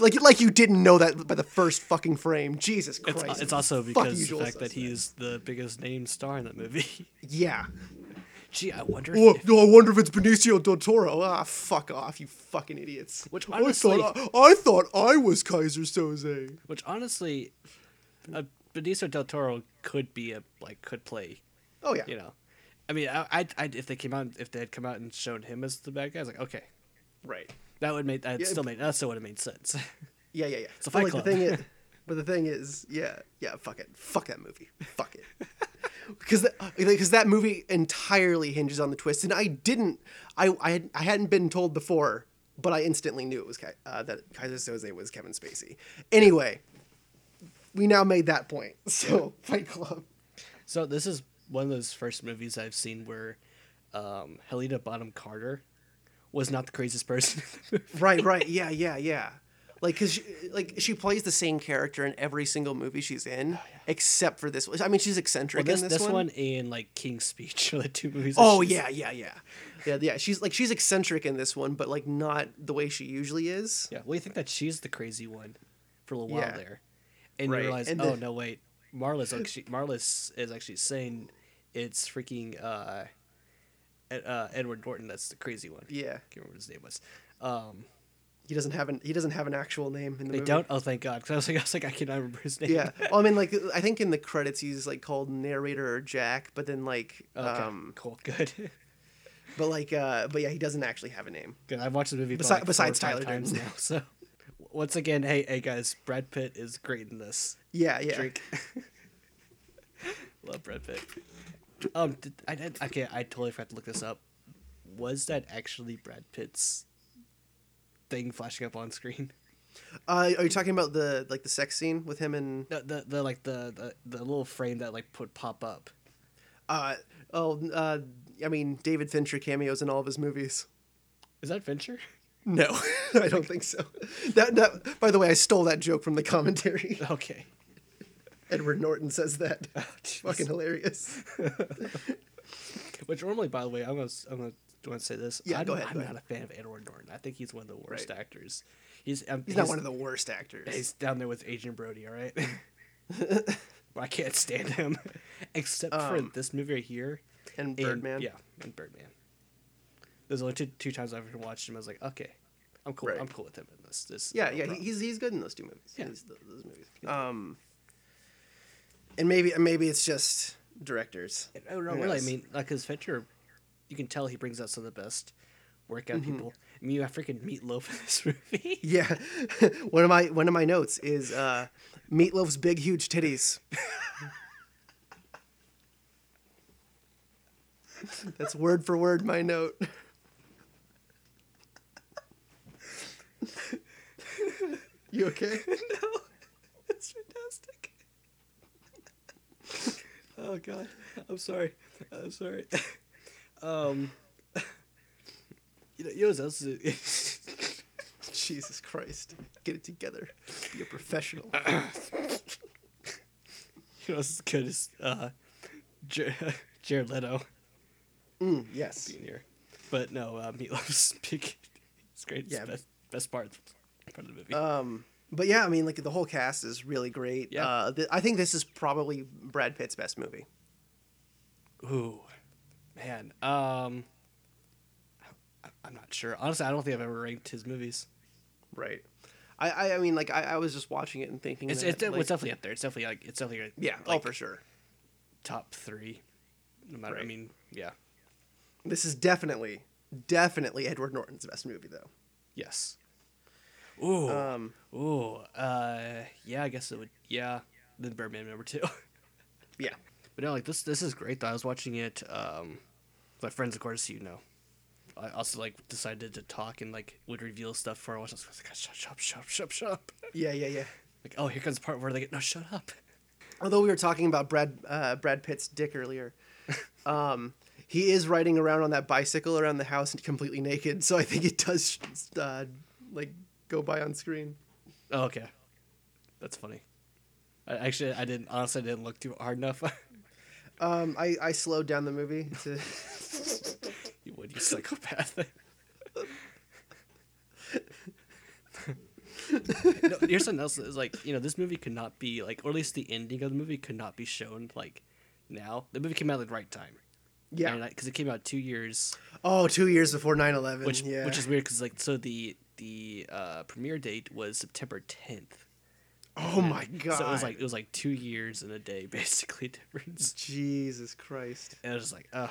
[SPEAKER 1] like like you didn't know that by the first fucking frame. Jesus
[SPEAKER 2] it's, uh,
[SPEAKER 1] Christ.
[SPEAKER 2] it's also
[SPEAKER 1] Fuck
[SPEAKER 2] because the
[SPEAKER 1] Usual
[SPEAKER 2] fact that
[SPEAKER 1] Suspects.
[SPEAKER 2] he's the biggest name star in that movie. [laughs]
[SPEAKER 1] yeah.
[SPEAKER 2] Gee, I wonder.
[SPEAKER 1] Oh,
[SPEAKER 2] if,
[SPEAKER 1] no, I wonder if it's Benicio del Toro. Ah, fuck off, you fucking idiots.
[SPEAKER 2] Which
[SPEAKER 1] I
[SPEAKER 2] honestly-
[SPEAKER 1] thought I, I thought I was Kaiser Soze.
[SPEAKER 2] which honestly, uh, Benicio del Toro could be a like could play.
[SPEAKER 1] Oh yeah.
[SPEAKER 2] You know, I mean, I, I, I if they came out if they had come out and shown him as the bad guy, I was like, okay,
[SPEAKER 1] Right.
[SPEAKER 2] that would make that
[SPEAKER 1] Yeah,
[SPEAKER 2] still made that still would have made sense. [laughs]
[SPEAKER 1] Yeah, yeah, yeah.
[SPEAKER 2] a
[SPEAKER 1] But,
[SPEAKER 2] Fight
[SPEAKER 1] like, the
[SPEAKER 2] Club.
[SPEAKER 1] thing
[SPEAKER 2] [laughs]
[SPEAKER 1] is, but the thing is, yeah, yeah. Fuck it. Fuck that movie. Fuck it. [laughs] Because because that movie entirely hinges on the twist, and I didn't. I I, had, I hadn't been told before, but I instantly knew it was Ki- uh, that Kaiser Soze was Kevin Spacey. Anyway, we now made that point. [laughs] So Fight Club.
[SPEAKER 2] So this is one of those first movies I've seen where um, Helena Bonham Carter was not the craziest person. [laughs] in the movie.
[SPEAKER 1] Right. Right. Yeah. Yeah. Yeah. Like, cause she, like she plays the same character in every single movie she's in, except for this. one. I mean, she's eccentric
[SPEAKER 2] this
[SPEAKER 1] in
[SPEAKER 2] Oh, this, one? and like King's Speech are the two movies. that
[SPEAKER 1] Oh
[SPEAKER 2] she's-
[SPEAKER 1] yeah, yeah, yeah, yeah, yeah. She's like she's eccentric in this one, but like not the way she usually is.
[SPEAKER 2] yeah. Well, you think that she's the crazy one for a little while
[SPEAKER 1] Yeah.
[SPEAKER 2] there, and
[SPEAKER 1] Right,
[SPEAKER 2] you realize,
[SPEAKER 1] and
[SPEAKER 2] oh
[SPEAKER 1] the-
[SPEAKER 2] no, wait, Marlis actually, Marlis is actually saying it's freaking uh, Ed- uh, Edward Norton. That's the crazy one. I
[SPEAKER 1] Yeah,
[SPEAKER 2] can't remember what his name was. Um,
[SPEAKER 1] he doesn't have an he doesn't have an actual name in the
[SPEAKER 2] they
[SPEAKER 1] movie.
[SPEAKER 2] don't. Oh, thank God. Because I was like, I was like, I cannot remember his name. [laughs]
[SPEAKER 1] Yeah. Well, I mean, like I think in the credits he's like called narrator or Jack, but then like,
[SPEAKER 2] Oh, Okay.
[SPEAKER 1] um,
[SPEAKER 2] cool. Good. [laughs]
[SPEAKER 1] but like, uh, but yeah, he doesn't actually have a name.
[SPEAKER 2] Good. I've watched the movie
[SPEAKER 1] Besi-
[SPEAKER 2] probably like four
[SPEAKER 1] besides
[SPEAKER 2] or five
[SPEAKER 1] Tyler
[SPEAKER 2] times
[SPEAKER 1] Durden.
[SPEAKER 2] now. So [laughs] once again, hey, hey guys, Brad Pitt is great in this.
[SPEAKER 1] Yeah, yeah.
[SPEAKER 2] Drink. Love Brad Pitt. Um, did, I did, okay. I totally forgot to look this up. Was that actually Brad Pitt's thing flashing up on screen? [laughs]
[SPEAKER 1] Uh, are you talking about the like the sex scene with him and
[SPEAKER 2] No, the the like the the, the little frame that like put pop up.
[SPEAKER 1] uh oh uh I mean David Fincher cameos in all of his movies.
[SPEAKER 2] Is that Venture?
[SPEAKER 1] No, [laughs] I don't think so. That, that by the way, I stole that joke from the commentary.
[SPEAKER 2] [laughs]
[SPEAKER 1] [laughs]
[SPEAKER 2] Okay. [laughs] Oh,
[SPEAKER 1] Edward Norton says that.
[SPEAKER 2] jeez.
[SPEAKER 1] Fucking hilarious.
[SPEAKER 2] Which normally, by the way, I'm gonna s- I'm gonna do want to say this.
[SPEAKER 1] Yeah,
[SPEAKER 2] I'm,
[SPEAKER 1] go ahead,
[SPEAKER 2] I'm
[SPEAKER 1] go
[SPEAKER 2] not
[SPEAKER 1] ahead.
[SPEAKER 2] a fan of Edward Norton. I think he's one of the worst
[SPEAKER 1] Right.
[SPEAKER 2] actors. He's um,
[SPEAKER 1] He's not one of the worst actors.
[SPEAKER 2] He's down there with Agent Brody,
[SPEAKER 1] [laughs]
[SPEAKER 2] all right? [laughs] I can't stand him. Except
[SPEAKER 1] Um,
[SPEAKER 2] for this movie right here.
[SPEAKER 1] and
[SPEAKER 2] and-
[SPEAKER 1] Birdman.
[SPEAKER 2] yeah, and Birdman. There's only two, two times I've ever watched him. I was like, okay, I'm cool.
[SPEAKER 1] Right.
[SPEAKER 2] I'm cool with him in this. this
[SPEAKER 1] Yeah,
[SPEAKER 2] no
[SPEAKER 1] yeah, he,
[SPEAKER 2] problem.
[SPEAKER 1] he's he's good in those two movies.
[SPEAKER 2] Yeah.
[SPEAKER 1] These- th- those movies. Um, and maybe maybe it's just directors.
[SPEAKER 2] Oh, no,
[SPEAKER 1] Who
[SPEAKER 2] really. I
[SPEAKER 1] knows?
[SPEAKER 2] mean, like his Venture, you can tell he brings out some of the best workout
[SPEAKER 1] Mm-hmm.
[SPEAKER 2] people. I mean, you have freaking Meatloaf in this [laughs] movie.
[SPEAKER 1] Yeah, [laughs] one of my one of my notes is uh, Meatloaf's big huge titties. [laughs] That's word for word my note. [laughs] you okay? [laughs]
[SPEAKER 2] no, [laughs] it's fantastic. [laughs] oh god, I'm sorry. I'm sorry. [laughs] um, [laughs] you know, you know what else? is-
[SPEAKER 1] Jesus Christ, get it together. Be a professional.
[SPEAKER 2] [laughs] you know, as good as uh, Jer- [laughs] Jared Leto
[SPEAKER 1] Mm, yes.
[SPEAKER 2] being here, but no, uh, Meatloaf's [laughs] big. It's great. It's
[SPEAKER 1] Yeah.
[SPEAKER 2] yeah, best, best part, part of the movie.
[SPEAKER 1] Um, but yeah, I mean, like the whole cast is really great.
[SPEAKER 2] Yeah.
[SPEAKER 1] Uh, th- I think this is probably Brad Pitt's best movie.
[SPEAKER 2] Ooh, man. Um, I, I'm not sure. Honestly, I don't think I've ever ranked his movies.
[SPEAKER 1] Right. I, I, I mean, like I, I was just watching it and thinking
[SPEAKER 2] It's,
[SPEAKER 1] that,
[SPEAKER 2] it's,
[SPEAKER 1] like-
[SPEAKER 2] it's definitely up there. It's definitely like it's definitely like,
[SPEAKER 1] yeah, oh
[SPEAKER 2] like
[SPEAKER 1] for sure.
[SPEAKER 2] top three. No matter. I
[SPEAKER 1] Right.
[SPEAKER 2] mean, yeah,
[SPEAKER 1] This is definitely, definitely Edward Norton's best movie though.
[SPEAKER 2] yes. Ooh,
[SPEAKER 1] Um,
[SPEAKER 2] ooh, uh, yeah. I guess it would. Yeah, then Birdman number two. [laughs]
[SPEAKER 1] yeah,
[SPEAKER 2] but no, like this, this is great. Though I was watching it. Um, with my friends, of course, you know. I also like decided to talk and like would reveal stuff for a while. I was like, shop, shop, shop, shop, shop.
[SPEAKER 1] yeah, yeah, yeah.
[SPEAKER 2] [laughs] Like, oh, here comes the part where they get no, shut up. [laughs]
[SPEAKER 1] Although we were talking about Brad, uh, Brad Pitt's dick earlier.
[SPEAKER 2] [laughs]
[SPEAKER 1] Um, he is riding around on that bicycle around the house and completely naked, so I think it does, uh, like go by on screen.
[SPEAKER 2] Oh, okay, that's funny. I, actually, I didn't. Honestly, I didn't look too hard enough. [laughs]
[SPEAKER 1] Um, I, I slowed down the movie to.
[SPEAKER 2] you would, you psychopath. no, here's something else. Is like you know, this movie could not be like, or at least the ending of the movie could not be shown like now. The movie came out at the right time.
[SPEAKER 1] Yeah.
[SPEAKER 2] because it came out two years,
[SPEAKER 1] Oh, two years before 9 11.
[SPEAKER 2] which
[SPEAKER 1] yeah.
[SPEAKER 2] which is weird. Because like, so the the uh, premiere date was September 10th.
[SPEAKER 1] Oh my
[SPEAKER 2] And
[SPEAKER 1] God.
[SPEAKER 2] [laughs] So it was like it was like two years and a day [laughs] basically difference.
[SPEAKER 1] Jesus Christ.
[SPEAKER 2] And I was just like, oh,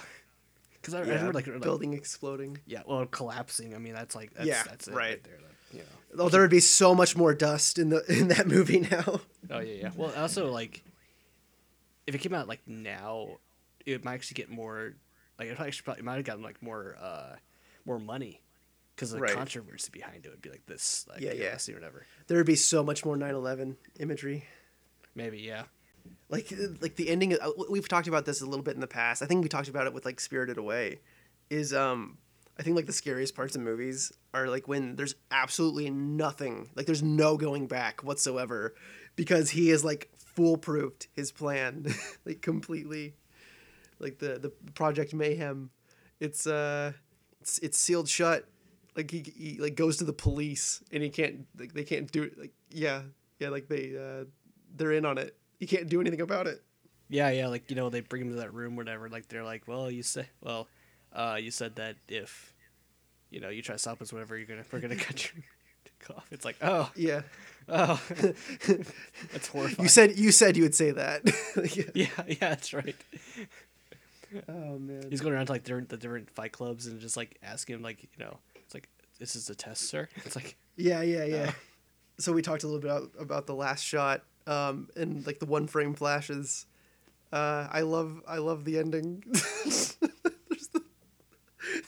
[SPEAKER 2] because I, I
[SPEAKER 1] Yeah,
[SPEAKER 2] remember like, like,
[SPEAKER 1] building exploding.
[SPEAKER 2] yeah, well, collapsing. I mean, that's like that's,
[SPEAKER 1] Yeah,
[SPEAKER 2] that's it
[SPEAKER 1] right.
[SPEAKER 2] right, there. Like, you know.
[SPEAKER 1] Oh, there would be so much more dust in the [laughs] in that movie now.
[SPEAKER 2] Oh yeah, yeah. Well, also like, if it came out like now, it might actually get more. Like it actually probably it might have gotten like more, uh more money, because the
[SPEAKER 1] Right.
[SPEAKER 2] controversy behind it would be like this. Like,
[SPEAKER 1] Yeah,
[SPEAKER 2] you know,
[SPEAKER 1] yeah.
[SPEAKER 2] I see whatever.
[SPEAKER 1] There would be so much more 9 11 imagery.
[SPEAKER 2] Maybe yeah.
[SPEAKER 1] Like, like the ending. uh, We've talked about this a little bit in the past. I think we talked about it with like Spirited Away. Is um, I think like the scariest parts of movies are like when there's absolutely nothing. Like there's no going back whatsoever, because he is like foolproofed his plan, [laughs] like completely. like the the project mayhem it's uh it's, it's sealed shut like he, he like goes to the police and he can't like they can't do it like yeah yeah like they uh they're in on it You can't do anything about it.
[SPEAKER 2] Yeah, yeah, like you know, they bring him to that room, whatever. Like they're like, well, you say, well, uh, you said that if, you know, you try to stop us, whatever, you're gonna, we're gonna [laughs] cut your dick off. It's like, oh,
[SPEAKER 1] [laughs] Yeah.
[SPEAKER 2] oh, [laughs] that's horrifying.
[SPEAKER 1] You said you said you would say that. [laughs] yeah.
[SPEAKER 2] [laughs] yeah, yeah, that's right.
[SPEAKER 1] Oh man.
[SPEAKER 2] He's going around to like different, the different fight clubs and just like asking, like, you know, it's like, this is a test, sir. [laughs] It's like,
[SPEAKER 1] Yeah, yeah, yeah. so we talked a little bit about, about the last shot um, and like the one frame flashes. Uh, I love I love the ending. [laughs] There's the,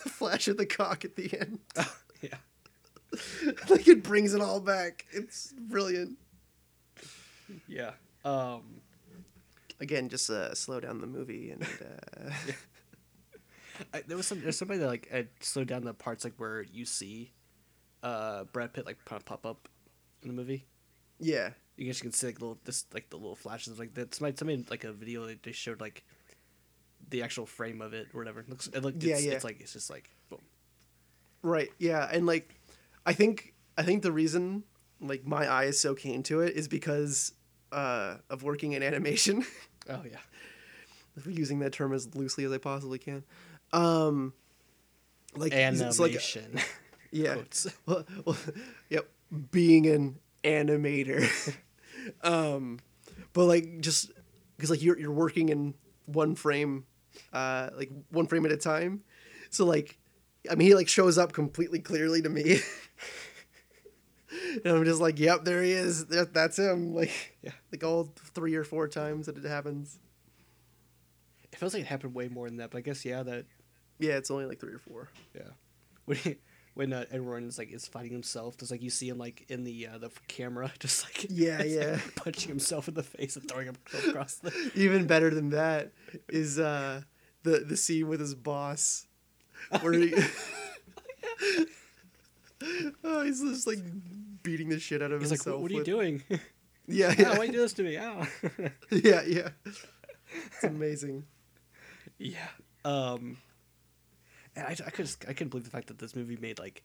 [SPEAKER 1] the flash of the cock at the end.
[SPEAKER 2] yeah,
[SPEAKER 1] [laughs] like it brings it all back. It's brilliant.
[SPEAKER 2] yeah. Um,
[SPEAKER 1] Again, just uh, slow down the movie and uh,
[SPEAKER 2] I, there was some there's somebody that like had slowed down the parts like where you see, uh, Brad Pitt like pop pop up in the movie.
[SPEAKER 1] [laughs] yeah,
[SPEAKER 2] you guys can see like little this like the little flashes like that's my something like a video that they showed like the actual frame of it or whatever. It looks it looked
[SPEAKER 1] Yeah,
[SPEAKER 2] it's,
[SPEAKER 1] yeah.
[SPEAKER 2] it's like it's just like boom.
[SPEAKER 1] right, yeah, and like I think I think the reason like my eye is so keen to it is because uh, of working in animation. [laughs]
[SPEAKER 2] Oh [laughs] yeah.
[SPEAKER 1] using that term as loosely as I possibly can. Um, like it's- it's like
[SPEAKER 2] Animation. [laughs]
[SPEAKER 1] yeah,
[SPEAKER 2] quotes. [laughs]
[SPEAKER 1] well, well, yep, being an animator. [laughs] um, but like just because like you're you're working in one frame, uh, like one frame at a time, so like, I mean he like shows up completely clearly to me. [laughs] And I'm just like, yep, there he is. That, that's him. Like,
[SPEAKER 2] Yeah.
[SPEAKER 1] like all three or four times that it happens.
[SPEAKER 2] it feels like it happened way more than that, but I guess yeah that
[SPEAKER 1] Yeah, it's only like three or four.
[SPEAKER 2] yeah. [laughs] When he, when uh, Edward is like is fighting himself, just like you see him like in the uh, the camera, [laughs] just like
[SPEAKER 1] Yeah,
[SPEAKER 2] it's, like,
[SPEAKER 1] yeah.
[SPEAKER 2] [laughs] punching himself in the face and throwing him [laughs]
[SPEAKER 1] [laughs]
[SPEAKER 2] across the.
[SPEAKER 1] Even better than that is uh, the the scene with his boss, where he, [laughs] oh, he's just like beating the shit out of
[SPEAKER 2] He's like,
[SPEAKER 1] himself.
[SPEAKER 2] what, what are you
[SPEAKER 1] with- [laughs]
[SPEAKER 2] doing? [laughs]
[SPEAKER 1] Yeah,
[SPEAKER 2] Ow, why
[SPEAKER 1] yeah,
[SPEAKER 2] you do this to me? [laughs] Ow.
[SPEAKER 1] [laughs] yeah, yeah. It's amazing.
[SPEAKER 2] Yeah. Um. And I, I could I couldn't believe the fact that this movie made like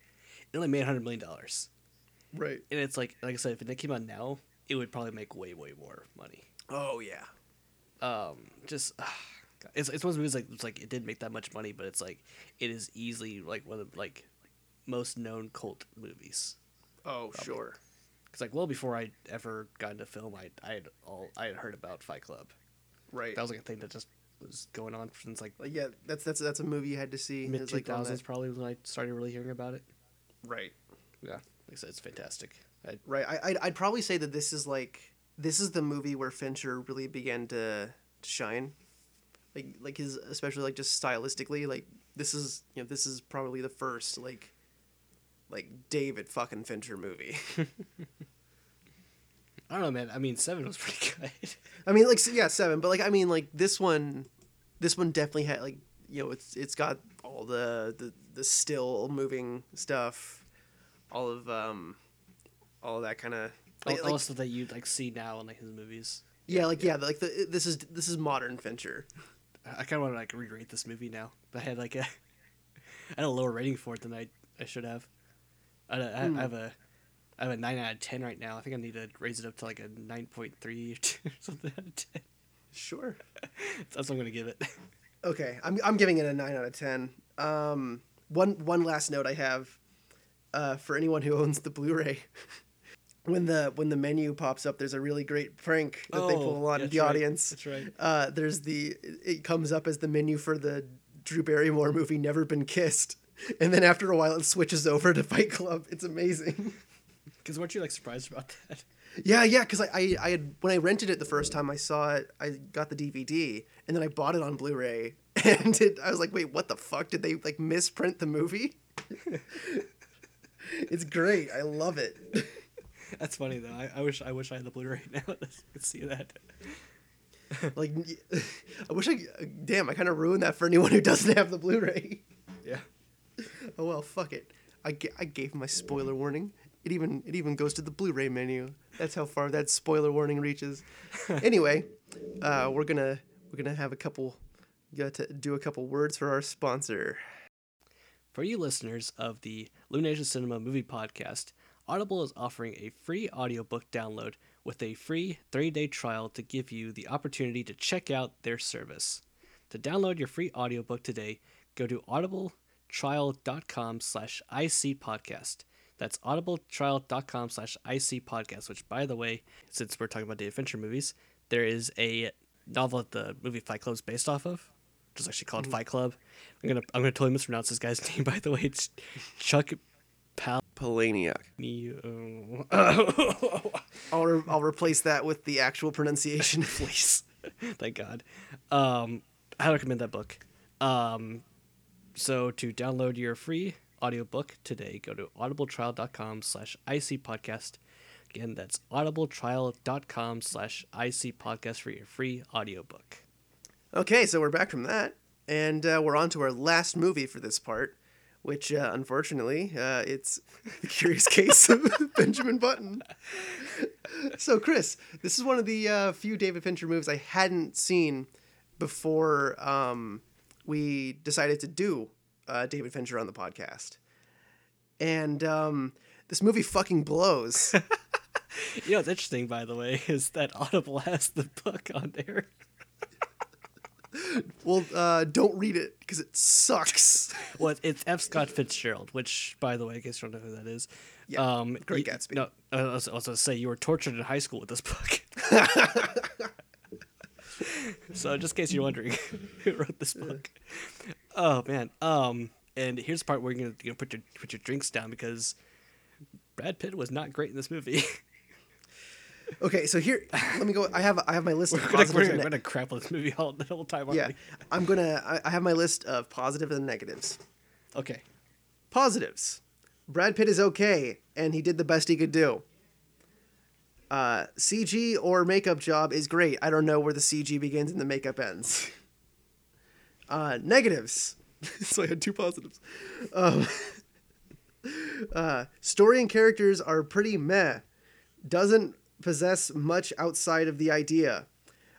[SPEAKER 2] it only made hundred million dollars,
[SPEAKER 1] right.
[SPEAKER 2] and it's like like I said, if it came out now, it would probably make way way more money.
[SPEAKER 1] Oh yeah.
[SPEAKER 2] Um. Just. Uh, it's it's one of those movies like it's like it didn't make that much money, but it's like it is easily like one of the, like most known cult movies.
[SPEAKER 1] Oh sure.
[SPEAKER 2] Because like well before I ever got into film, I I had all I had heard about Fight Club.
[SPEAKER 1] Right.
[SPEAKER 2] That was like a thing that just was going on since like
[SPEAKER 1] like yeah, that's that's that's a movie you had to see.
[SPEAKER 2] mid
[SPEAKER 1] It's
[SPEAKER 2] two
[SPEAKER 1] like on
[SPEAKER 2] thousands probably was when I started really hearing about it.
[SPEAKER 1] that- Right.
[SPEAKER 2] Yeah, like I said, it's fantastic. I,
[SPEAKER 1] Right. I I'd, I'd probably say that this is like this is the movie where Fincher really began to, to shine. Like like his especially like just stylistically like this is you know this is probably the first like like David fucking Fincher movie.
[SPEAKER 2] I don't know, man. I mean, Seven was pretty [laughs] good.
[SPEAKER 1] I mean like so- yeah, 7, but like I mean like this one this one definitely had like you know it's it's got all the the, the still moving stuff all of um all of that kind of
[SPEAKER 2] Al- also, that you like see now in like his movies.
[SPEAKER 1] yeah, like yeah, like the, this is this is modern Fincher.
[SPEAKER 2] I kind of want to like re-rate this movie now. I had like a, [laughs] I had a lower rating for it than I, I should have. I, had a- I, I have a, I have a nine out of ten right now. I think I need to raise it up to like a nine point three or [laughs] something out of ten.
[SPEAKER 1] Sure.
[SPEAKER 2] That's what I'm gonna give it. [laughs]
[SPEAKER 1] Okay, I'm I'm giving it a nine out of ten. Um, one one last note I have, uh, for anyone who [laughs] owns the Blu-ray, when the when the menu pops up, there's a really great prank that they pull on
[SPEAKER 2] Oh, that's
[SPEAKER 1] the
[SPEAKER 2] right,
[SPEAKER 1] audience.
[SPEAKER 2] That's right.
[SPEAKER 1] Uh, there's the it- it comes up as the menu for the Drew Barrymore movie Never Been Kissed, [laughs] and then after a while it switches over to Fight Club. It's amazing. [laughs]
[SPEAKER 2] Because weren't you like surprised about [laughs] that?
[SPEAKER 1] Yeah, yeah, because I, I, I had when I rented it the first time I saw it, I got the DVD and then I bought it on Blu-ray [laughs] and it, I was like, wait, what the fuck? Did they like misprint the movie? [laughs] it's great. I love it.
[SPEAKER 2] That's funny though. I, I wish I wish I had the Blu-ray [laughs] now. I could see that.
[SPEAKER 1] Like, I wish I. Damn, I kind of ruined that for anyone who doesn't have the Blu-ray.
[SPEAKER 2] Yeah.
[SPEAKER 1] Oh well, fuck it. I, ga- I gave my spoiler warning. It even it even goes to the Blu-ray menu. That's how far that spoiler warning reaches. anyway, uh, we're gonna we're gonna have a couple got to do a couple words for our sponsor.
[SPEAKER 2] For you listeners of the Lunation Cinema Movie Podcast, Audible is offering a free audiobook download with a free 30-day trial to give you the opportunity to check out their service. To download your free audiobook today, go to audibletrial.com slash icpodcast. That's audibletrial.com slash icpodcast, which, by the way, since we're talking about the adventure movies, there is a novel that the movie Fight Club is based off of, which is actually called Fight Club. I'm going to I'm gonna totally mispronounce this guy's [laughs] name, by the way. It's Chuck
[SPEAKER 1] Palaniuk.
[SPEAKER 2] Palahniuk.
[SPEAKER 1] I'll, re- I'll replace that with the actual pronunciation.
[SPEAKER 2] please. [laughs] Thank God. Um, I recommend that book. Um, so to download your free audiobook today, go to audibletrial.com slash icpodcast. Again, that's audibletrial.com slash icpodcast for your free audiobook.
[SPEAKER 1] okay, so we're back from that, and uh, we're on to our last movie for this part, which uh, unfortunately uh, it's the Curious Case of Benjamin Button. so, Chris, this is one of the uh, few David Fincher movies I hadn't seen before um, we decided to do uh, David Fincher on the podcast, and um, this movie fucking blows.
[SPEAKER 2] You know what's interesting, by the way, [laughs] is that Audible has the book on there.
[SPEAKER 1] well, uh, don't read it because it sucks.
[SPEAKER 2] Well, it's F. Scott Fitzgerald, which, by the way, in case you don't know who that is.
[SPEAKER 1] Yeah,
[SPEAKER 2] um,
[SPEAKER 1] Great
[SPEAKER 2] y-
[SPEAKER 1] Gatsby.
[SPEAKER 2] No, I was, I was going to say, you were tortured in high school with this book.
[SPEAKER 1] [laughs]
[SPEAKER 2] so, just in case you're wondering [laughs] who wrote
[SPEAKER 1] [laughs]
[SPEAKER 2] this book. Oh, man. Um, and here's the part where you're going to you know, put, your, put your drinks down because Brad Pitt was not great in this movie. [laughs]
[SPEAKER 1] Okay, so here, let me go. I have I have my list. Of
[SPEAKER 2] we're
[SPEAKER 1] positives and
[SPEAKER 2] going to crap on this movie all the whole time.
[SPEAKER 1] ne-
[SPEAKER 2] aren't
[SPEAKER 1] yeah,
[SPEAKER 2] we?
[SPEAKER 1] I'm gonna. I, I have my list of positives and negatives. [laughs]
[SPEAKER 2] Okay.
[SPEAKER 1] Positives: Brad Pitt is okay, and he did the best he could do. Uh, CG or makeup job is great. I don't know where the CG begins and the makeup ends. [laughs] Uh, negatives. [laughs] so I had two positives. Um, [laughs] uh, story and characters are pretty meh. Doesn't possess much outside of the idea.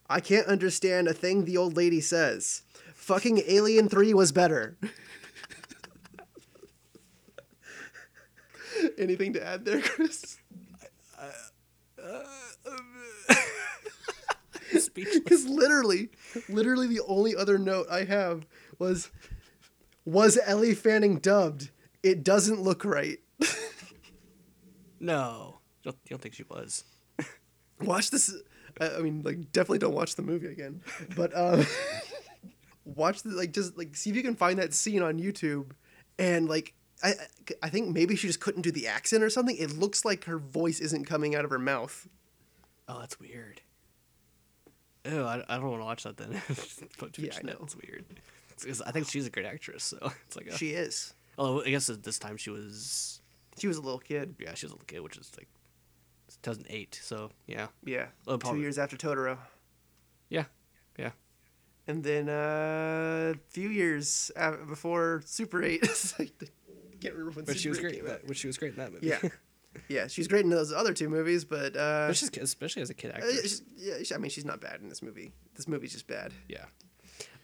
[SPEAKER 1] I can't understand a thing the old lady says. Fucking Alien 3 was better. [laughs] Anything to add there, Chris?
[SPEAKER 2] Speechless.
[SPEAKER 1] Because literally, literally the only other note I have was was Ellie Fanning dubbed? It doesn't look right. [laughs]
[SPEAKER 2] No. You don't, you don't think she was.
[SPEAKER 1] Watch this. I, I mean, like, definitely don't watch the movie again. But uh, [laughs] watch the like, just like, see if you can find that scene on YouTube. And like, I I- I think maybe she just couldn't do the accent or something. It looks like her voice isn't coming out of her mouth.
[SPEAKER 2] Oh, that's weird. Oh, I, I don't want to watch that then. [laughs] But
[SPEAKER 1] Yeah, I know.
[SPEAKER 2] That's weird. It's 'cause I think she's a great actress, so [laughs] it's like. A,
[SPEAKER 1] She is.
[SPEAKER 2] although I guess at this time she was,
[SPEAKER 1] She was a little kid.
[SPEAKER 2] yeah, she was a little kid, which is like 2008. So yeah,
[SPEAKER 1] Yeah.
[SPEAKER 2] Oh,
[SPEAKER 1] Two
[SPEAKER 2] probably.
[SPEAKER 1] years after Totoro.
[SPEAKER 2] yeah, yeah.
[SPEAKER 1] and then uh, a few years af before Super Eight. [laughs] It's like, I can't remember when
[SPEAKER 2] But
[SPEAKER 1] Super
[SPEAKER 2] she was
[SPEAKER 1] 8
[SPEAKER 2] great. In
[SPEAKER 1] came out.
[SPEAKER 2] that, which she was great in that movie.
[SPEAKER 1] Yeah, yeah, she's great in those other two movies, but uh,
[SPEAKER 2] [laughs] But she's- especially as a kid
[SPEAKER 1] uh,
[SPEAKER 2] actress.
[SPEAKER 1] she's- yeah, she- I mean, she's not bad in this movie. This movie's just bad.
[SPEAKER 2] Uh, yeah.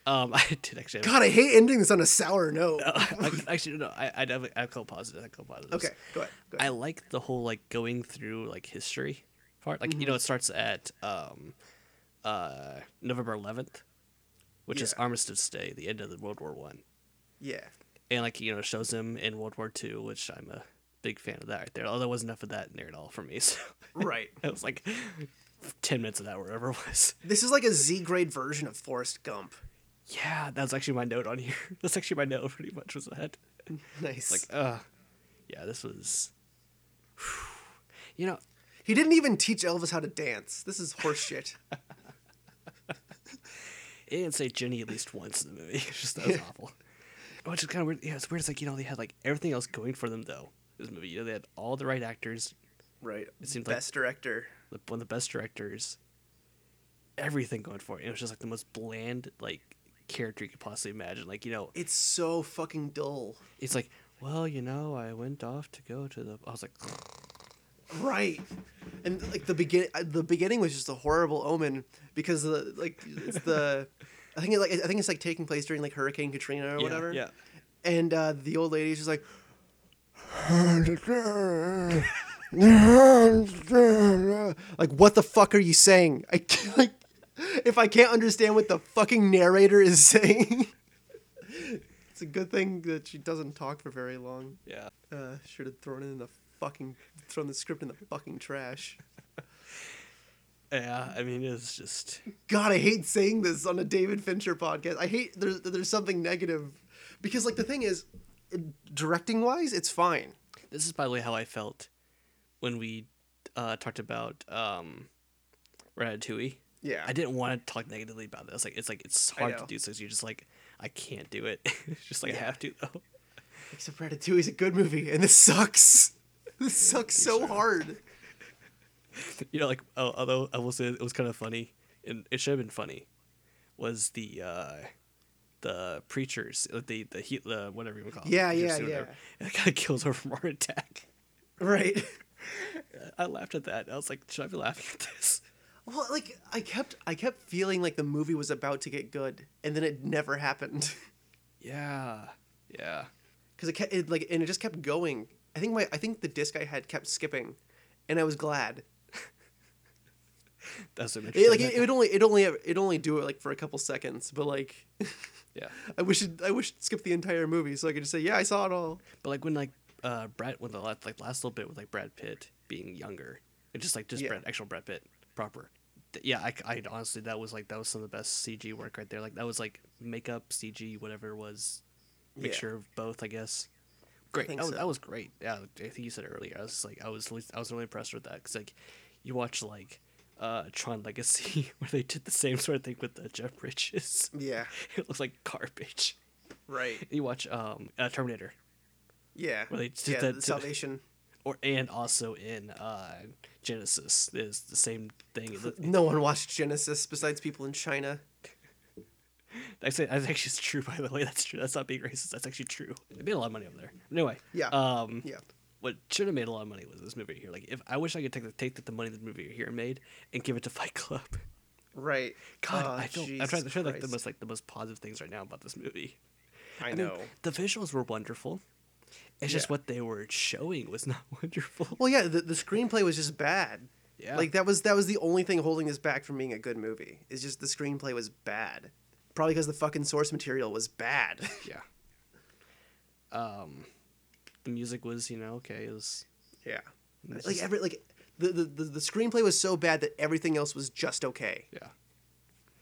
[SPEAKER 2] Um, [laughs] I did actually. Have, Uh,
[SPEAKER 1] God, I hate ending this on a sour
[SPEAKER 2] [laughs]
[SPEAKER 1] note.
[SPEAKER 2] I, actually, no. I I have a, I have a couple positives. I have a couple positives.
[SPEAKER 1] Okay, go ahead. Go
[SPEAKER 2] I
[SPEAKER 1] ahead.
[SPEAKER 2] like the whole like going through like history part. Like you
[SPEAKER 1] Mm-hmm.
[SPEAKER 2] know, it starts at um, uh, November 11th, which is
[SPEAKER 1] Yeah.
[SPEAKER 2] Armistice Day, the end of the World War One,
[SPEAKER 1] yeah,
[SPEAKER 2] [laughs] and like you know, it shows him in World War Two, which I'm a big fan of that right there. Although there wasn't enough of that in there at all for me, [laughs] so
[SPEAKER 1] right.
[SPEAKER 2] it was like ten minutes of that, wherever it was.
[SPEAKER 1] This is like a Z grade version of Forrest Gump. [laughs]
[SPEAKER 2] Yeah, that was actually my note on here. [laughs] That's actually my note pretty much was that.
[SPEAKER 1] Nice.
[SPEAKER 2] Like, uh, yeah, this was. You know,
[SPEAKER 1] he didn't even teach Elvis how to dance. This is horseshit.
[SPEAKER 2] [laughs] It didn't say Jenny at least once in the movie. [laughs] It's just that was awful. Which is kind of weird. Yeah, it's weird. It's like you know they had like everything else going for them though. This movie, you know, they had all the right actors,
[SPEAKER 1] right.
[SPEAKER 2] It seems like-
[SPEAKER 1] Best director.
[SPEAKER 2] the, one of the best directors, everything going for it. It was just like the most bland like character you could possibly imagine. Like you know,
[SPEAKER 1] It's so fucking dull.
[SPEAKER 2] it's like well you know I went off to go to the. I was like, [laughs]
[SPEAKER 1] Right. And like the begin uh, the beginning was just a horrible omen because the like it's the I think it like I think it's like taking place during like Hurricane Katrina or
[SPEAKER 2] Yeah,
[SPEAKER 1] whatever.
[SPEAKER 2] yeah.
[SPEAKER 1] And uh, the old lady's just like like what the fuck are you saying? I can't, like if I can't understand what the fucking narrator is saying. [laughs] it's a good thing that she doesn't talk for very long.
[SPEAKER 2] Yeah.
[SPEAKER 1] Uh, should have thrown it in the fucking thrown the script in the fucking trash.
[SPEAKER 2] Yeah, I mean it's just
[SPEAKER 1] God, I hate saying this on a David Fincher podcast. I hate there's there's something negative because like the thing is, directing wise, it's fine.
[SPEAKER 2] this is by the way how I felt when we uh, talked about um Ratatouille.
[SPEAKER 1] Yeah,
[SPEAKER 2] I didn't want to talk negatively about this. Like it's like it's
[SPEAKER 1] I
[SPEAKER 2] hard to
[SPEAKER 1] know.
[SPEAKER 2] do so you're just like I can't do it. [laughs] It's just like I
[SPEAKER 1] Yeah.
[SPEAKER 2] have to though. [laughs]
[SPEAKER 1] Except Ratatouille is a good movie, and this sucks. [laughs] This sucks so hard.
[SPEAKER 2] you know, like uh, although I will say it was kind of funny, and it should have been funny, was the uh the preachers, uh, the the heat, the whatever you want to call
[SPEAKER 1] Yeah,
[SPEAKER 2] it.
[SPEAKER 1] yeah,
[SPEAKER 2] [laughs] It kind of kills her from heart attack.
[SPEAKER 1] Right.
[SPEAKER 2] I laughed at that. I was like, should I be laughing at this? [laughs]
[SPEAKER 1] Well, like I kept, I kept feeling like the movie was about to get good, and then it never happened. [laughs]
[SPEAKER 2] Yeah, yeah,
[SPEAKER 1] Because it kept, it, like, and it just kept going. I think my, I think the disc I had kept skipping, and I was glad.
[SPEAKER 2] that's so
[SPEAKER 1] It,
[SPEAKER 2] interesting.
[SPEAKER 1] like it, it would only, it only, it only do it like for a couple seconds, but like, [laughs]
[SPEAKER 2] yeah,
[SPEAKER 1] I wish, it, I wish it skipped the entire movie so I could just say, yeah, I saw it all.
[SPEAKER 2] but like when like uh Brad when the last, like last little bit with like Brad Pitt being younger, and just like just
[SPEAKER 1] Yeah.
[SPEAKER 2] Brad actual Brad Pitt proper. Th- Yeah, I, I honestly that was like that was some of the best CG work right there. Like that was like makeup CG whatever it was mixture of both I guess. Great,
[SPEAKER 1] think
[SPEAKER 2] that, was-
[SPEAKER 1] so.
[SPEAKER 2] that was great. Yeah, I think you said it earlier. I was just, like I was really- I was really impressed with that because like you watch like uh Tron Legacy [laughs] where they did the same sort of thing with uh, Jeff Bridges.
[SPEAKER 1] Yeah.
[SPEAKER 2] [laughs] it looks like garbage.
[SPEAKER 1] Right.
[SPEAKER 2] You watch um uh, Terminator
[SPEAKER 1] Yeah.
[SPEAKER 2] Well, they did
[SPEAKER 1] yeah.
[SPEAKER 2] that
[SPEAKER 1] the
[SPEAKER 2] to-
[SPEAKER 1] Salvation.
[SPEAKER 2] or and also in uh, Genesis is the same
[SPEAKER 1] [laughs]
[SPEAKER 2] thing. It look-
[SPEAKER 1] No one watched Genesis besides people in China.
[SPEAKER 2] I say that's actually [laughs] true. By the way, that's true. That's not being racist. That's actually true. They made a lot of money over there. Anyway,
[SPEAKER 1] Yeah.
[SPEAKER 2] Um,
[SPEAKER 1] Yeah.
[SPEAKER 2] what should have made a lot of money was this movie here. Like, if I wish I could take the take the money the movie here made and give it to [laughs] Fight Club.
[SPEAKER 1] Right.
[SPEAKER 2] God,
[SPEAKER 1] Oh,
[SPEAKER 2] I feel I'm
[SPEAKER 1] Jesus
[SPEAKER 2] trying to feel like the
[SPEAKER 1] Christ.
[SPEAKER 2] most like the most positive things right now about this movie.
[SPEAKER 1] I
[SPEAKER 2] mean,
[SPEAKER 1] know.
[SPEAKER 2] the visuals were wonderful. It's just
[SPEAKER 1] Yeah.
[SPEAKER 2] what they were showing was [laughs] not wonderful.
[SPEAKER 1] well, yeah, the, the screenplay was just bad.
[SPEAKER 2] Yeah.
[SPEAKER 1] Like that was that was the only thing holding this back from being a good movie. Is just the screenplay was bad. Probably because the fucking source material was bad. [laughs]
[SPEAKER 2] Yeah. Um, the music was, you know, okay. It was
[SPEAKER 1] yeah. Like
[SPEAKER 2] just-
[SPEAKER 1] every like the, the, the, the screenplay was so bad that everything else was just okay.
[SPEAKER 2] yeah.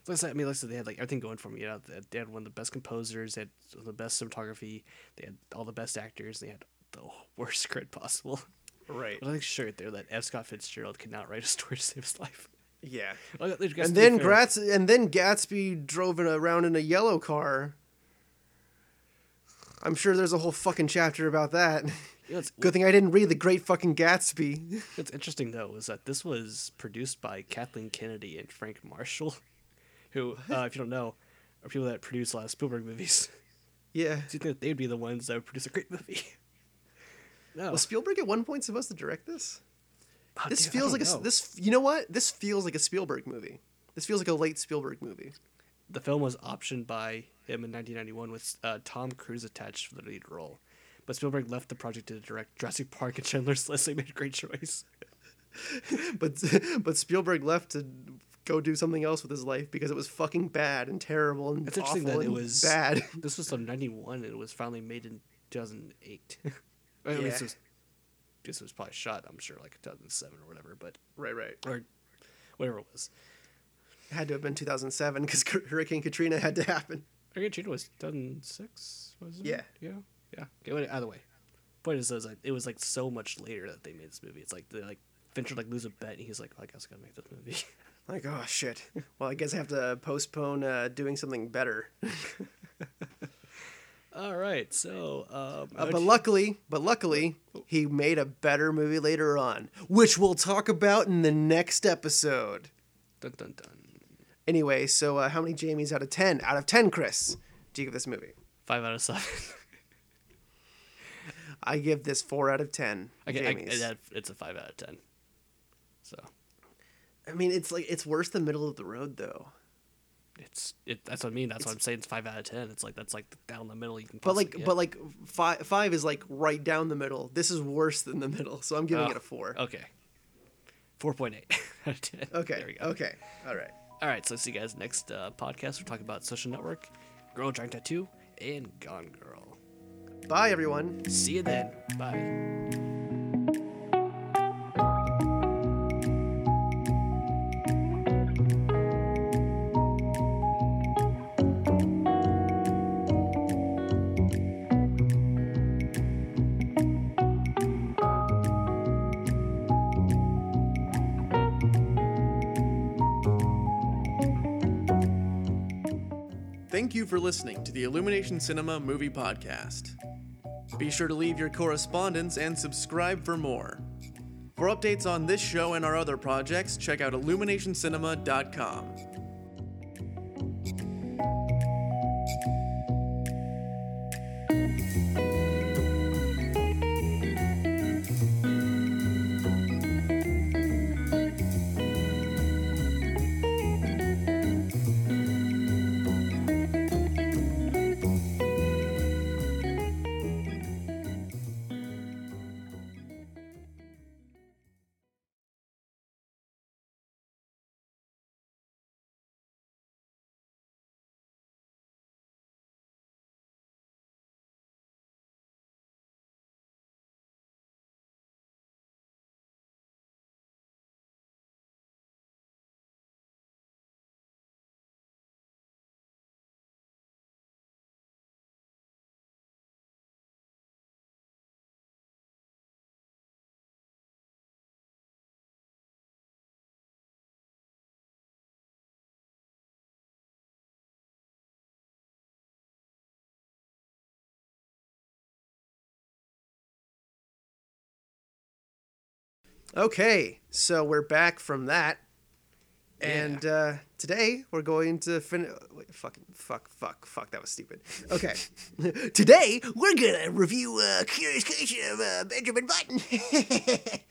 [SPEAKER 2] Like I said, I mean, like I said, they had like everything going for them. You know, they- they had one of the best composers, they had some of the best cinematography, they had all the best actors, they had the [laughs] worst script
[SPEAKER 1] [laughs]
[SPEAKER 2] possible.
[SPEAKER 1] Right.
[SPEAKER 2] But I think sure there that F. Scott Fitzgerald could not write a story to save his life. [laughs]
[SPEAKER 1] Yeah.
[SPEAKER 2] Like, like, guess to
[SPEAKER 1] And
[SPEAKER 2] be
[SPEAKER 1] then
[SPEAKER 2] fair-
[SPEAKER 1] Gratz and then Gatsby drove it around in a yellow car. I'm sure there's a whole fucking chapter about that. [laughs]
[SPEAKER 2] you know, it's,
[SPEAKER 1] Good thing I didn't read The Great Fucking Gatsby. [laughs]
[SPEAKER 2] what's interesting though is that this was produced by Kathleen Kennedy and Frank Marshall, [laughs] who, uh, if you don't know, are people that produced a lot of Spielberg movies. [laughs]
[SPEAKER 1] Yeah.
[SPEAKER 2] Do you think they'd be the ones that would produce a
[SPEAKER 1] [laughs]
[SPEAKER 2] great movie? No.
[SPEAKER 1] Was Spielberg at one point supposed to direct this?
[SPEAKER 2] Oh,
[SPEAKER 1] This
[SPEAKER 2] dude, I
[SPEAKER 1] feels
[SPEAKER 2] don't
[SPEAKER 1] like a
[SPEAKER 2] know.
[SPEAKER 1] this. You know what? This feels like a Spielberg movie. This feels like a late Spielberg movie.
[SPEAKER 2] The film was optioned by him in 1991 with uh, Tom Cruise attached for the lead role, but Spielberg left the project to direct Jurassic Park and Chandler's [laughs] List. They made a great choice.
[SPEAKER 1] [laughs] But but Spielberg left to go do something else with his life because it was fucking bad and terrible and
[SPEAKER 2] It's
[SPEAKER 1] awful
[SPEAKER 2] interesting that it
[SPEAKER 1] and
[SPEAKER 2] was
[SPEAKER 1] bad. [laughs]
[SPEAKER 2] [laughs] This was from 91 and it was finally made in 2008. [laughs] Or at least
[SPEAKER 1] Yeah.
[SPEAKER 2] it was, this was probably shot, I'm sure, like 2007 or whatever, but
[SPEAKER 1] Right, right.
[SPEAKER 2] or whatever it was.
[SPEAKER 1] It had to have been 2007 because Hurricane Katrina had to happen.
[SPEAKER 2] Argentina was 2006, was it?
[SPEAKER 1] Yeah.
[SPEAKER 2] Yeah. Yeah. Okay, wait, either way. Point is, though, is like, it was like so much later that they made this movie. It's like they like Fincher like lose a bet and he's like, I guess I gotta make this movie. [laughs]
[SPEAKER 1] Like, oh shit. Well, I guess I have to postpone uh, doing something better. Uh,
[SPEAKER 2] All right, so um,
[SPEAKER 1] Uh, but luckily, but luckily, he made a better movie later on, which we'll talk about in the next episode.
[SPEAKER 2] dun dun dun.
[SPEAKER 1] Anyway, so uh, how many Jamies out of 10? Out of 10, Chris, do you give this movie?
[SPEAKER 2] Five out of seven. [laughs]
[SPEAKER 1] I give this 4 out of 10
[SPEAKER 2] okay, I,
[SPEAKER 1] Jamies. I,
[SPEAKER 2] that, it's a five out of ten. So
[SPEAKER 1] mean, it's like it's worse than middle of the road though.
[SPEAKER 2] it's it, that's what I mean. That's what I'm saying. It's five out of ten. It's like that's like down the middle. You can
[SPEAKER 1] But like,
[SPEAKER 2] possibly get.
[SPEAKER 1] but like five five is like right down the middle. This is worse than the middle, so I'm giving
[SPEAKER 2] Oh.
[SPEAKER 1] it a four.
[SPEAKER 2] okay, four point eight [laughs] out of ten.
[SPEAKER 1] Okay.
[SPEAKER 2] there we go.
[SPEAKER 1] Okay. All right.
[SPEAKER 2] All right, so see you guys next uh, podcast. We're talking about Social Network, Girl Giant Tattoo, and Gone Girl.
[SPEAKER 1] Bye, everyone.
[SPEAKER 2] See you then. Bye.
[SPEAKER 3] Thank you for listening to the Illumination Cinema Movie Podcast. Be sure to leave your correspondence and subscribe for more. For updates on this show and our other projects, check out illuminationcinema.com.
[SPEAKER 1] Okay, so we're back from that, and uh, today we're going to fin. Wait, fucking fuck, fuck, fuck. That was stupid. Okay,
[SPEAKER 2] [laughs]
[SPEAKER 1] [laughs] today we're gonna review uh, Curious Case of uh, Benjamin Button.